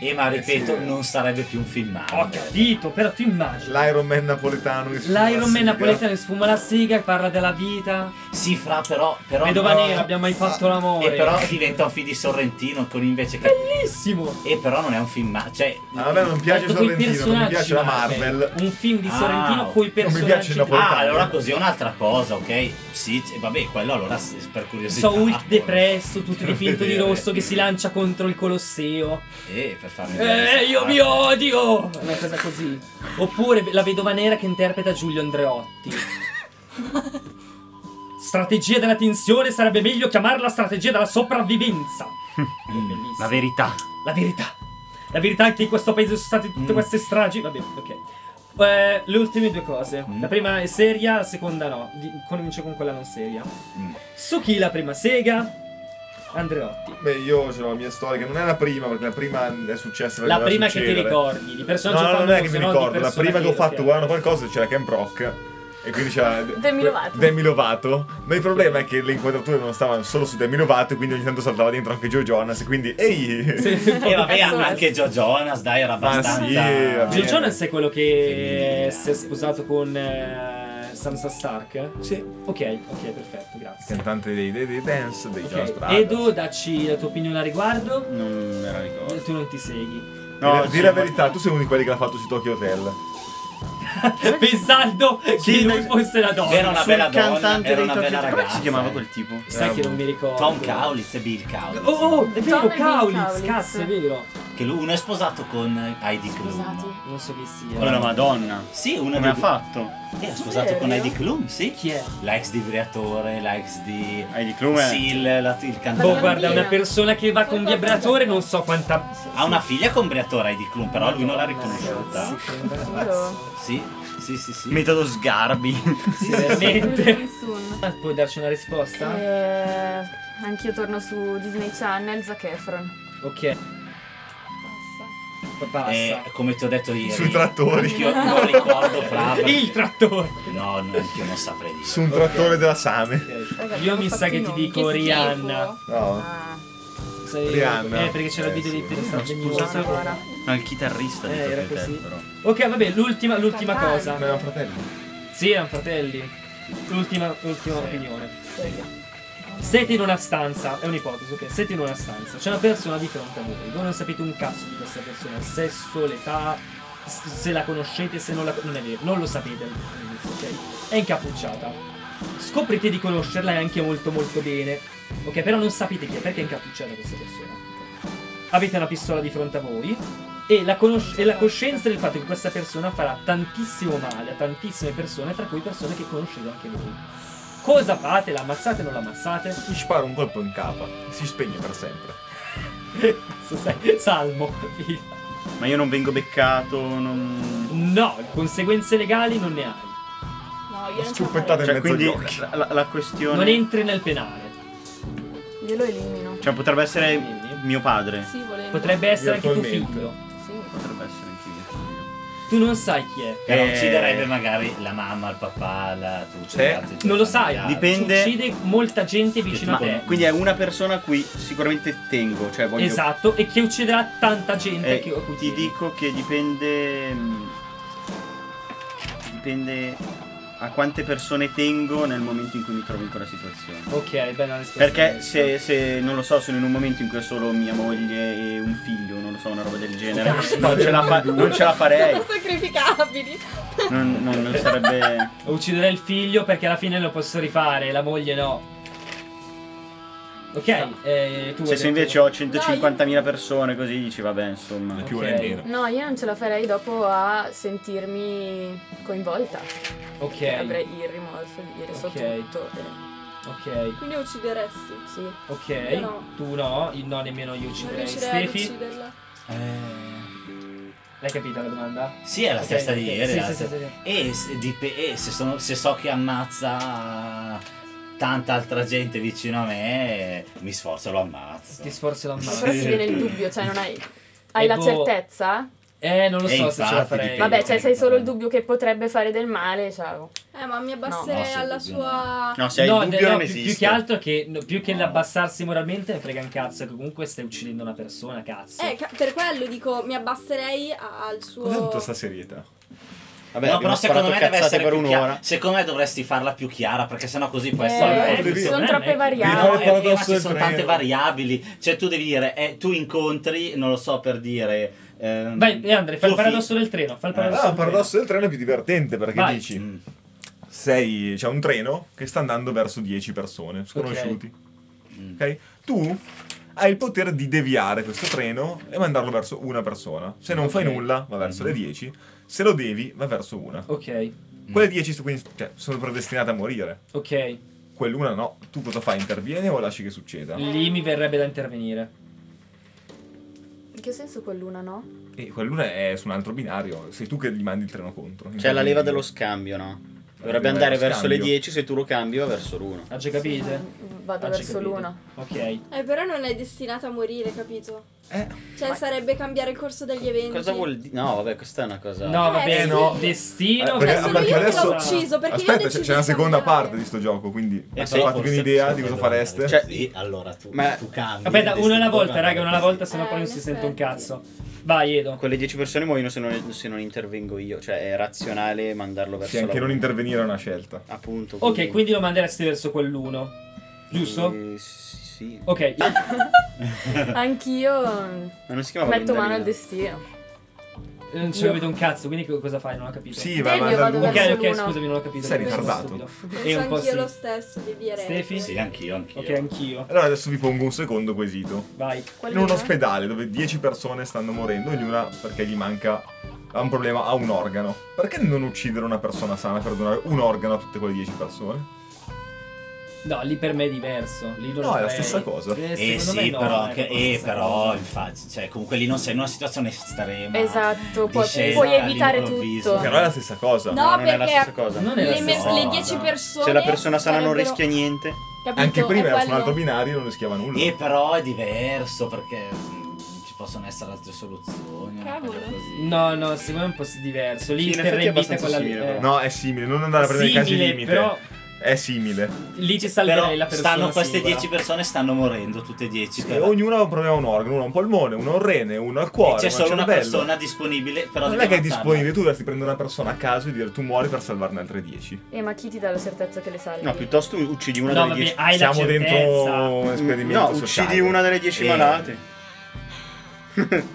Speaker 5: E ma ripeto,
Speaker 2: sì.
Speaker 5: non sarebbe più un film Marvel.
Speaker 4: Ho capito, però tu immagini.
Speaker 2: L'Iron Man napoletano. che si
Speaker 4: L'Iron Man
Speaker 2: classifica.
Speaker 4: napoletano che sfuma la siga e parla della vita.
Speaker 5: Sì, fra però. però
Speaker 4: Vedova
Speaker 5: no. Ah,
Speaker 4: nera, abbiamo mai fatto l'amore.
Speaker 5: E però diventa un film di Sorrentino con invece. che-
Speaker 4: Bellissimo!
Speaker 5: E però non è un film Marvel. Cioè.
Speaker 1: Ah,
Speaker 2: A me non piace
Speaker 4: Ecco, coi
Speaker 2: Sorrentino, non mi
Speaker 4: personaggi
Speaker 2: piace la Marvel.
Speaker 4: Un film di
Speaker 5: Ah,
Speaker 4: Sorrentino
Speaker 5: non
Speaker 4: coi
Speaker 5: mi
Speaker 2: piace
Speaker 4: personaggi.
Speaker 2: la
Speaker 4: di-
Speaker 2: po-
Speaker 5: Ah, allora così è un'altra cosa, ok? Sì, c- vabbè, quello allora s- per curiosità.
Speaker 4: So Hulk depresso, tutto dipinto di
Speaker 5: Vedere.
Speaker 4: rosso che si lancia contro il Colosseo.
Speaker 5: Eh, Ah, per farmi vedere
Speaker 4: Eh,
Speaker 5: sta
Speaker 4: io
Speaker 5: parte.
Speaker 4: vi odio! Una cosa così. Oppure la vedova nera che interpreta Giulio Andreotti. Strategia della tensione sarebbe meglio chiamarla strategia della sopravvivenza.
Speaker 5: Mm.
Speaker 4: Bellissimo.
Speaker 7: La verità.
Speaker 4: La verità. La verità è che in questo paese sono state tutte
Speaker 5: Mm.
Speaker 4: queste stragi. Vabbè, ok. Eh, le ultime due cose.
Speaker 5: Mm.
Speaker 4: La prima è seria, la seconda no. Di- comincio con quella non seria.
Speaker 5: Mm.
Speaker 4: Su chi la prima sega? Andreotti.
Speaker 2: Beh, io ce l'ho la mia storia, che non è la prima, perché la prima è successa.
Speaker 4: La
Speaker 2: doveva
Speaker 4: prima che ti
Speaker 2: succedere.
Speaker 4: ricordi, di
Speaker 2: No,
Speaker 4: personaggio
Speaker 2: no, non è che mi
Speaker 4: famoso, no, di cioè.
Speaker 2: ricordo. La
Speaker 4: persona
Speaker 2: prima che ho fatto
Speaker 4: ok.
Speaker 2: guardando qualcosa c'era Camp Rock. E quindi c'era
Speaker 8: Demi Lovato.
Speaker 2: Demi Lovato. Ma il problema è che le inquadrature non stavano solo su Demi Lovato, e quindi ogni tanto saltava dentro anche Joe Jonas. e Quindi, ehi!
Speaker 4: Sì, un po'
Speaker 5: E Eh, vabbè,
Speaker 8: Cazzo,
Speaker 5: anche Joe Jonas, dai, era
Speaker 2: Ma
Speaker 5: abbastanza.
Speaker 2: sì, vabbè.
Speaker 4: Joe Jonas è quello che eh,
Speaker 5: Femminile.
Speaker 4: si è sposato con eh, Sansa Stark?
Speaker 2: Sì.
Speaker 4: Ok, ok, perfetto, grazie.
Speaker 2: Cantante dei, dei, dei dance, dei Jonas
Speaker 4: Ok,
Speaker 2: Brothers.
Speaker 4: Edo, dacci la tua opinione a riguardo.
Speaker 1: Non me la ricordo.
Speaker 4: Tu non ti segui.
Speaker 2: No,
Speaker 1: sì,
Speaker 2: di la
Speaker 1: ma-
Speaker 2: verità, tu sei uno di quelli che l'ha fatto su Tokyo Hotel.
Speaker 4: Pensando che
Speaker 1: Sì,
Speaker 4: lui
Speaker 1: dai.
Speaker 4: fosse la donna.
Speaker 5: Era una
Speaker 1: Sul
Speaker 5: bella donna,
Speaker 1: cantante
Speaker 5: era
Speaker 1: dei
Speaker 5: una
Speaker 1: Tokyo
Speaker 5: bella
Speaker 1: Hotel. Come si
Speaker 5: ragazza.
Speaker 1: chiamava
Speaker 5: eh.
Speaker 1: quel tipo?
Speaker 4: Sai che non mi ricordo.
Speaker 5: Tom Kaulitz e Bill Kaulitz.
Speaker 4: Oh, oh, è vero,
Speaker 8: Tom e Bill
Speaker 4: Kaulitz,
Speaker 8: Kaulitz.
Speaker 4: cazzo, è vero.
Speaker 5: Che lui, uno è sposato con Heidi Klum.
Speaker 8: Scusate.
Speaker 4: Non so chi sia.
Speaker 1: Con la Madonna.
Speaker 5: Sì, uno
Speaker 1: Come ha
Speaker 5: dei-
Speaker 1: fatto?
Speaker 5: Eh, ha sposato con
Speaker 8: Serio?
Speaker 5: Heidi Klum, sì.
Speaker 4: Chi è?
Speaker 5: La ex di Briatore, la ex di.
Speaker 1: Heidi Klum è-
Speaker 5: Sì, il, la- il cantante.
Speaker 4: Boh, guarda, una persona che va con
Speaker 8: Con
Speaker 4: vibratore
Speaker 8: qualcosa.
Speaker 4: non so quanta...
Speaker 5: Ha una figlia con Briatore Heidi Klum, però lui non l'ha riconosciuta.
Speaker 4: riconosciuta.
Speaker 5: Sì, sì, sì, sì.
Speaker 1: Metodo sgarbi.
Speaker 5: Sì,
Speaker 4: Veramente.
Speaker 6: Nessun.
Speaker 4: Ah, Puoi darci una risposta?
Speaker 8: Eh, anch'io torno su Disney Channel, Zac Efron.
Speaker 4: Ok, passa.
Speaker 5: Eh, come ti ho detto ieri.
Speaker 2: Sui trattori.
Speaker 5: Io non ricordo fra.
Speaker 4: Il trattore.
Speaker 5: No, no, anch'io non saprei dire.
Speaker 2: Su un trattore della Same.
Speaker 4: Io mi sa che ti dico Rihanna.
Speaker 2: No.
Speaker 8: Ah,
Speaker 4: Sei-
Speaker 2: Rihanna.
Speaker 4: Eh, perché c'era il
Speaker 2: Eh,
Speaker 4: video
Speaker 2: sì.
Speaker 4: di Pirata
Speaker 8: buona,
Speaker 4: News.
Speaker 8: buona.
Speaker 7: No, il chitarrista
Speaker 4: Eh,
Speaker 7: di
Speaker 4: era
Speaker 7: Tokyo Hotel,
Speaker 4: così.
Speaker 7: però.
Speaker 4: Ok, vabbè, l'ultima, l'ultima cosa.
Speaker 2: Ma era un fratello.
Speaker 4: Sì, erano fratelli. L'ultima, l'ultima opinione. Siete in una stanza, è un'ipotesi, ok? Siete in una stanza, c'è una persona di fronte a voi, voi non sapete un cazzo di questa persona, il sesso, l'età, s- se la conoscete, se non la non è vero, non lo sapete all'inizio, ok? È incappucciata. Scoprite di conoscerla e anche molto molto bene, ok? Però non sapete chi è, perché è incappucciata questa persona. Avete una pistola di fronte a voi, e la, conosc- e la coscienza del fatto che questa persona farà tantissimo male a tantissime persone, tra cui persone che conoscete anche voi. Cosa fate? La ammazzate o non la ammazzate?
Speaker 2: Ti spara un colpo in capa. Si spegne per sempre.
Speaker 4: Cazzo, sai, Salmo.
Speaker 1: Ma io non vengo beccato, non...
Speaker 4: No, conseguenze legali non ne hai.
Speaker 3: No, io non ce la
Speaker 2: Schiuffettate in
Speaker 1: Cioè,
Speaker 2: mezzo agli
Speaker 1: quindi
Speaker 2: occhi.
Speaker 1: la, la questione...
Speaker 4: Non entri nel penale.
Speaker 8: glielo elimino.
Speaker 1: Cioè, potrebbe essere
Speaker 4: Quindi?
Speaker 1: mio padre.
Speaker 3: farei. Sì, volevo.
Speaker 4: Potrebbe essere anche tuo
Speaker 2: Virtualmente.
Speaker 4: figlio.
Speaker 8: Sì.
Speaker 1: Potrebbe essere anche io.
Speaker 4: Tu non sai chi è.
Speaker 5: Però
Speaker 1: Eh.
Speaker 5: ucciderebbe magari la mamma, il papà, la tu
Speaker 2: Eh,
Speaker 4: Non lo sai. ah,
Speaker 1: Dipende-
Speaker 4: Ci uccide molta gente vicino a
Speaker 1: Ma,
Speaker 4: te.
Speaker 1: quindi è una persona a cui sicuramente tengo, cioè voglio...
Speaker 4: Esatto, e che ucciderà tanta gente.
Speaker 1: Eh,
Speaker 4: che, a cui
Speaker 1: ti
Speaker 4: tieni.
Speaker 1: dico che mm, dipende... mh, Dipende a quante persone tengo nel momento in cui mi trovo in quella situazione.
Speaker 4: Ok, bella risposta.
Speaker 1: Perché se, se, non lo so, sono in un momento in cui ho solo mia moglie e un figlio, non lo so, una roba del genere, non ce la, fa- non ce la farei.
Speaker 3: Sono sacrificabili.
Speaker 1: Non, non- non sarebbe.
Speaker 4: Ucciderei il figlio perché alla fine lo posso rifare, la moglie no. Ok, eh, tu
Speaker 1: Se,
Speaker 4: hai
Speaker 1: se
Speaker 4: detto-
Speaker 1: invece ho 150.000 persone così dici vabbè insomma.
Speaker 2: né più
Speaker 4: Ok.
Speaker 2: né meno.
Speaker 8: No, io non ce la farei dopo a sentirmi coinvolta. Cioè,
Speaker 4: Ok,
Speaker 8: Avrei il rimorso di dire so
Speaker 4: Ok.
Speaker 8: tutto. eh,
Speaker 4: ok,
Speaker 3: Quindi uccideresti.
Speaker 8: sì.
Speaker 4: ok.
Speaker 3: Io no.
Speaker 4: Tu no, io no nemmeno io
Speaker 3: Non
Speaker 4: ucciderei.
Speaker 3: riuscirei ad
Speaker 4: Stefi,
Speaker 3: ucciderla.
Speaker 5: Eh,
Speaker 4: l'hai capita la domanda?
Speaker 5: sì, è la
Speaker 4: Ok,
Speaker 5: stessa
Speaker 4: ok,
Speaker 5: di ieri.
Speaker 4: Sì,
Speaker 5: la
Speaker 4: sì, sì,
Speaker 5: stessa-
Speaker 4: sì, sì.
Speaker 5: E, se, dip- e se, sono- se so che ammazza tanta altra gente vicino a me, mi sforzo e lo ammazzo.
Speaker 4: Ti sforzo la
Speaker 8: Ma
Speaker 4: mano. Eh,
Speaker 8: però ti viene il dubbio, cioè non hai. Hai la
Speaker 4: boh.
Speaker 8: certezza?
Speaker 4: Eh, non lo
Speaker 5: Eh,
Speaker 4: so se ce la
Speaker 5: infatti,
Speaker 4: farei.
Speaker 5: dipende.
Speaker 8: Vabbè, cioè, se hai solo il dubbio che potrebbe fare del male, ciao.
Speaker 3: Eh, ma mi
Speaker 5: No, no,
Speaker 3: abbasserei
Speaker 5: sì,
Speaker 3: alla
Speaker 5: dubbio
Speaker 3: sua.
Speaker 1: No, se hai
Speaker 4: no,
Speaker 1: il dubbio
Speaker 4: no,
Speaker 1: non
Speaker 4: più,
Speaker 1: esiste.
Speaker 4: più che altro che no, più che
Speaker 5: No.
Speaker 4: l'abbassarsi moralmente ne frega un cazzo che comunque stai uccidendo una persona, cazzo.
Speaker 3: Eh, ca- per quello dico, mi abbasserei a- al suo.
Speaker 2: Cos'è tutta questa serietà?
Speaker 1: Vabbè,
Speaker 5: no,
Speaker 1: abbiamo
Speaker 5: però secondo
Speaker 1: sparato
Speaker 5: me deve
Speaker 1: cazzate
Speaker 5: essere
Speaker 1: per
Speaker 5: più chiara.
Speaker 1: un'ora.
Speaker 5: Secondo me dovresti farla più chiara, perché sennò così può
Speaker 8: Eh,
Speaker 5: essere.
Speaker 2: eh,
Speaker 8: ci
Speaker 2: devi-
Speaker 8: sono
Speaker 4: eh,
Speaker 8: troppe
Speaker 4: ecco.
Speaker 5: No,
Speaker 2: Devi fare il
Speaker 8: variabili.
Speaker 5: eh,
Speaker 2: paradosso
Speaker 5: eh, ma ci
Speaker 2: del
Speaker 5: sono
Speaker 2: treno.
Speaker 5: tante variabili. Cioè, tu devi dire, eh, tu incontri, non lo so per dire. ehm,
Speaker 4: Vai, eh, Andre, fai il
Speaker 5: tuo
Speaker 4: paradosso del treno. Fai il
Speaker 5: Eh,
Speaker 4: paradosso
Speaker 2: Ah, il
Speaker 4: del treno.
Speaker 2: paradosso del treno è più divertente perché
Speaker 4: Vai.
Speaker 5: fi-
Speaker 2: dici:
Speaker 5: Mm.
Speaker 2: sei, c'è un treno che sta andando verso 10 persone, sconosciuti.
Speaker 5: Mm.
Speaker 2: Ok? Tu hai il potere di deviare questo treno e mandarlo verso una persona. Se non fai
Speaker 4: Ok.
Speaker 2: nulla, va verso
Speaker 5: Mhm.
Speaker 2: le 10. Se lo devi, va verso una.
Speaker 4: Ok,
Speaker 2: Quelle 10 su- quindi, cioè, sono predestinate a morire.
Speaker 4: ok.
Speaker 2: Quell'una no. Tu cosa fai? Intervieni o lasci che succeda?
Speaker 4: Lì mi verrebbe da intervenire.
Speaker 8: In che senso quell'una no?
Speaker 2: E quell'una è su un altro binario. Sei tu che gli mandi il treno contro.
Speaker 1: C'è Cioè, la leva
Speaker 2: Intervieni.
Speaker 1: dello scambio, no?
Speaker 2: leva dello
Speaker 1: Dovrebbe andare verso le
Speaker 2: scambio.
Speaker 1: 10, se tu lo cambi va verso l'1.
Speaker 4: Ah, già capite?
Speaker 8: Mm, Vado
Speaker 4: Ah, già
Speaker 8: verso
Speaker 4: capite.
Speaker 8: l'una.
Speaker 4: Ok.
Speaker 3: Eh, però non è destinata a morire, capito?
Speaker 2: Eh.
Speaker 3: Cioè, sarebbe cambiare il corso degli eventi.
Speaker 1: Cosa vuol dire? No, vabbè, questa è una cosa.
Speaker 4: No, va
Speaker 3: Eh,
Speaker 4: bene.
Speaker 3: sì.
Speaker 4: no. Destino.
Speaker 2: Eh, perché-
Speaker 3: Cioè,
Speaker 4: verso
Speaker 3: solo
Speaker 2: perché
Speaker 3: io che
Speaker 2: adesso-
Speaker 3: l'ho ucciso perché io ho
Speaker 2: Aspetta,
Speaker 3: deciso
Speaker 2: c'è, c'è una
Speaker 3: di
Speaker 2: seconda
Speaker 3: cambiare.
Speaker 2: parte di sto gioco, quindi
Speaker 5: Eh,
Speaker 2: so, fatemi
Speaker 5: forse
Speaker 2: un'idea
Speaker 5: bisogna
Speaker 2: di cosa
Speaker 5: tornare.
Speaker 2: fareste.
Speaker 1: Cioè-
Speaker 5: sì, allora tu,
Speaker 1: Ma-
Speaker 5: tu cambi.
Speaker 4: Vabbè, da, una alla
Speaker 5: destino,
Speaker 4: volta,
Speaker 5: torna.
Speaker 4: raga, una alla volta, sennò
Speaker 3: Eh,
Speaker 4: poi non si
Speaker 3: in
Speaker 4: sente un
Speaker 3: effetti.
Speaker 4: cazzo. Vai, Edo.
Speaker 1: Quelle 10 persone muoiono se non, se non intervengo io. Cioè, è razionale mandarlo verso
Speaker 2: Sì, anche
Speaker 1: la
Speaker 2: non intervenire è una scelta.
Speaker 1: Appunto.
Speaker 4: Ok, quindi lo manderesti verso quell'uno. Giusto?
Speaker 1: Eh, sì, sì.
Speaker 4: Ok.
Speaker 3: Ah.
Speaker 8: Anch'io mm,
Speaker 1: Ma non si chiamava
Speaker 8: metto mano al
Speaker 1: l'indovina?
Speaker 8: destino.
Speaker 4: Io Non ci
Speaker 8: Io.
Speaker 4: vedo un cazzo, quindi che cosa fai? Non ho capito.
Speaker 2: Sì,
Speaker 8: Devi,
Speaker 2: va
Speaker 8: io vado
Speaker 2: va
Speaker 4: Ok,
Speaker 8: verso
Speaker 4: ok,
Speaker 8: l'uno.
Speaker 4: scusami, non ho capito.
Speaker 2: Sei
Speaker 4: sono
Speaker 2: ritardato.
Speaker 4: stupido. E
Speaker 3: Penso
Speaker 4: un po'
Speaker 3: anch'io
Speaker 4: sì.
Speaker 3: lo stesso, direi.
Speaker 4: Stefi?
Speaker 5: Sì, anch'io, anch'io.
Speaker 4: Ok, anch'io.
Speaker 2: Allora adesso vi pongo un secondo quesito.
Speaker 4: Vai.
Speaker 2: In un ospedale dove 10 persone stanno morendo, ognuna perché gli manca ha un problema, ha un organo. Perché non uccidere una persona sana per donare un organo a tutte quelle 10 persone?
Speaker 4: No, lì per me è diverso. Lì non
Speaker 2: No,
Speaker 4: lo
Speaker 2: è la
Speaker 4: farei.
Speaker 2: stessa cosa.
Speaker 5: Eh
Speaker 4: secondo me
Speaker 5: sì,
Speaker 4: no,
Speaker 5: però,
Speaker 4: è
Speaker 5: anche-
Speaker 4: proprio la
Speaker 5: eh,
Speaker 4: stessa
Speaker 5: però
Speaker 4: cosa.
Speaker 5: infatti, cioè, comunque lì non sei in una situazione estrema.
Speaker 8: Esatto,
Speaker 5: di
Speaker 8: puoi-
Speaker 5: scena
Speaker 8: puoi evitare
Speaker 5: all'improvviso.
Speaker 8: tutto.
Speaker 2: Però è la stessa cosa.
Speaker 3: No,
Speaker 1: non è la
Speaker 3: perché-
Speaker 1: stessa cosa.
Speaker 4: Non è la
Speaker 3: Le, me-
Speaker 4: stessa
Speaker 5: no,
Speaker 3: le
Speaker 4: cosa.
Speaker 3: 10
Speaker 5: no.
Speaker 3: persone.
Speaker 1: Se la persona sana non
Speaker 3: sarebbero-
Speaker 1: rischia niente.
Speaker 3: Capito?
Speaker 2: Anche prima era
Speaker 3: È
Speaker 2: su un
Speaker 3: quello.
Speaker 2: altro binario e non rischiava nulla.
Speaker 5: E però è diverso perché mm, ci possono essere altre soluzioni. una cosa
Speaker 3: Cavolo.
Speaker 5: così.
Speaker 4: No, no, secondo me è un po' diverso. Lì
Speaker 1: Sì, in
Speaker 4: terrei
Speaker 1: effetti è
Speaker 4: in vita
Speaker 1: abbastanza
Speaker 4: quella
Speaker 1: simile,
Speaker 4: eh,
Speaker 1: però.
Speaker 2: No, è simile, non andare a prendere
Speaker 4: simile,
Speaker 2: i casi limite.
Speaker 4: Però
Speaker 2: È simile.
Speaker 4: lì ci
Speaker 5: Però
Speaker 4: salverei la persona.
Speaker 5: stanno queste
Speaker 4: singola.
Speaker 5: 10 persone stanno morendo, tutte e 10.
Speaker 2: Sì,
Speaker 5: per-
Speaker 2: Eh, ognuno ha un problema a un organo, uno ha un polmone, uno ha un rene, uno al cuore.
Speaker 5: e c'è
Speaker 2: uno al
Speaker 5: solo una
Speaker 2: cervello.
Speaker 5: persona disponibile, però
Speaker 2: Non
Speaker 5: devi
Speaker 2: è che è
Speaker 5: ammazzarla.
Speaker 2: disponibile, tu dovresti prendere una persona a caso e dire tu muori per salvarne altre 10.
Speaker 8: Eh, ma chi ti dà la certezza che le salvi?
Speaker 1: No, piuttosto uccidi una
Speaker 4: No,
Speaker 1: delle
Speaker 4: vabbè, ah.
Speaker 1: 10.
Speaker 4: hai la
Speaker 2: Siamo
Speaker 4: certezza.
Speaker 2: dentro un esperimento
Speaker 1: No,
Speaker 2: sociale.
Speaker 1: uccidi una delle 10
Speaker 5: Eh.
Speaker 1: malate.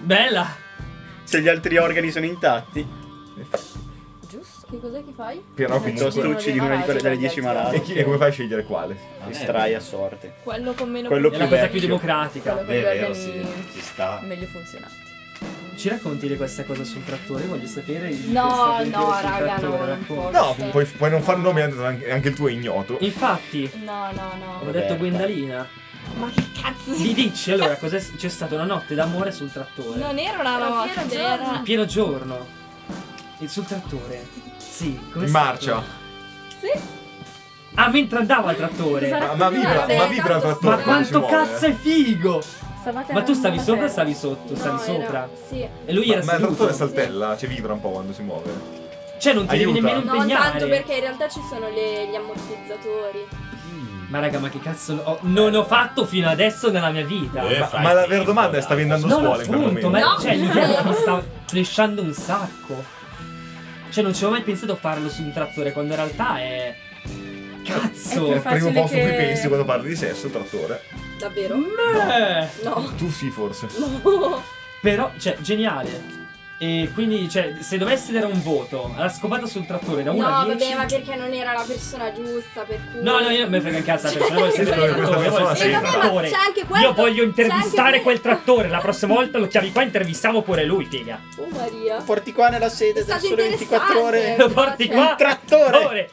Speaker 4: Bella.
Speaker 1: Se gli altri organi sono intatti,
Speaker 8: Giusto.
Speaker 3: Che cos'è che fai?
Speaker 2: Però comunque...
Speaker 1: piuttosto
Speaker 8: uno dei
Speaker 1: uccidi una di quelle delle
Speaker 8: malati,
Speaker 1: 10
Speaker 8: dagli altri
Speaker 2: E,
Speaker 1: malate.
Speaker 2: chi- e come fai a scegliere quale?
Speaker 5: Vabbè,
Speaker 1: Estrai a sorte.
Speaker 3: Quello con meno
Speaker 1: Quello
Speaker 4: È la
Speaker 1: più
Speaker 4: cosa più
Speaker 1: vecchio.
Speaker 4: democratica.
Speaker 8: Quello con
Speaker 5: Beh,
Speaker 8: gli
Speaker 5: è vero, sì,
Speaker 8: organi
Speaker 5: ci sta.
Speaker 8: meglio funzionanti.
Speaker 4: Ci racconti di questa cosa sul trattore? Voglio sapere il
Speaker 6: No,
Speaker 4: questa avventura
Speaker 6: no,
Speaker 4: sul
Speaker 6: raga,
Speaker 4: trattore,
Speaker 6: no, non
Speaker 4: racconta.
Speaker 6: posso.
Speaker 2: No, puoi, puoi non fare nome, anche anche il tuo è ignoto.
Speaker 4: Infatti,
Speaker 6: No, no, no.
Speaker 4: ho detto
Speaker 1: Roberta.
Speaker 4: Gwendalina.
Speaker 6: Ma che cazzo
Speaker 4: Gli dici allora cos'è c'è stata una notte d'amore sul trattore.
Speaker 3: Non era una
Speaker 6: Era
Speaker 3: notte,
Speaker 6: pieno giorno.
Speaker 3: era.
Speaker 4: Pieno giorno. E sul trattore. Sì, come
Speaker 2: In marcia.
Speaker 3: Sì.
Speaker 4: Ah, mentre andava il trattore.
Speaker 2: Ma, ma vibra, ma vibra il trattore.
Speaker 4: Ma
Speaker 2: quando si
Speaker 4: quanto
Speaker 2: muove.
Speaker 4: cazzo è figo!
Speaker 8: Stavate
Speaker 4: Ma tu stavi
Speaker 8: andando
Speaker 4: sopra
Speaker 8: a
Speaker 4: o
Speaker 8: terra.
Speaker 4: stavi sotto? Stavi
Speaker 3: No,
Speaker 4: sopra.
Speaker 3: era- Sì.
Speaker 4: E lui era
Speaker 2: Ma, ma il trattore
Speaker 4: seduto.
Speaker 2: saltella, cioè vibra un po' quando si muove.
Speaker 4: Cioè non ti devi
Speaker 2: Aiuta.
Speaker 4: nemmeno
Speaker 2: Non
Speaker 3: Non
Speaker 4: impegnare.
Speaker 3: tanto perché in realtà ci sono le- gli ammortizzatori.
Speaker 2: Mm.
Speaker 4: Ma raga, ma che cazzo ho- non ho fatto fino adesso nella mia vita.
Speaker 5: Eh,
Speaker 2: Ma,
Speaker 5: fai
Speaker 2: ma la
Speaker 5: finta,
Speaker 2: vera domanda è
Speaker 5: dai.
Speaker 2: stavi andando a
Speaker 4: No, no, cioè,
Speaker 2: scuola in quel
Speaker 4: appunto,
Speaker 2: momento.
Speaker 4: ma
Speaker 3: No.
Speaker 4: cioè l'idea mi sta flashando un sacco. Cioè, non ci avevo mai pensato a farlo su un trattore, quando in realtà è. Cazzo!
Speaker 2: È il primo
Speaker 6: facile
Speaker 2: posto a cui
Speaker 6: che-
Speaker 2: pensi quando parli di sesso, il trattore.
Speaker 3: Davvero?
Speaker 4: Meh.
Speaker 3: No.
Speaker 2: Tu sì, forse.
Speaker 3: No.
Speaker 4: Però, cioè, geniale. E quindi, cioè, se dovessi dare un voto alla scopata sul trattore da 1
Speaker 3: No,
Speaker 4: a
Speaker 3: vabbè,
Speaker 4: 10.
Speaker 3: ma perché non era la persona giusta, per cui...
Speaker 4: No, no, io non mi frega un cazzo la persona, voglio sentire il
Speaker 2: Questa
Speaker 4: trattore, voglio
Speaker 2: persona
Speaker 4: sentire il
Speaker 2: sì, però.
Speaker 4: trattore.
Speaker 3: Eh, C'è anche quello,
Speaker 4: Io voglio
Speaker 3: c'è
Speaker 4: intervistare
Speaker 3: anche quello.
Speaker 4: quel trattore, la prossima volta lo chiami qua e intervistiamo pure lui, figa.
Speaker 3: Oh Maria.
Speaker 9: Porti qua nella
Speaker 3: È
Speaker 9: sede del
Speaker 3: stato
Speaker 9: sole 24 ore.
Speaker 3: interessante.
Speaker 4: Lo porti
Speaker 3: Cioè,
Speaker 4: qua.
Speaker 9: Un trattore.
Speaker 4: trattore.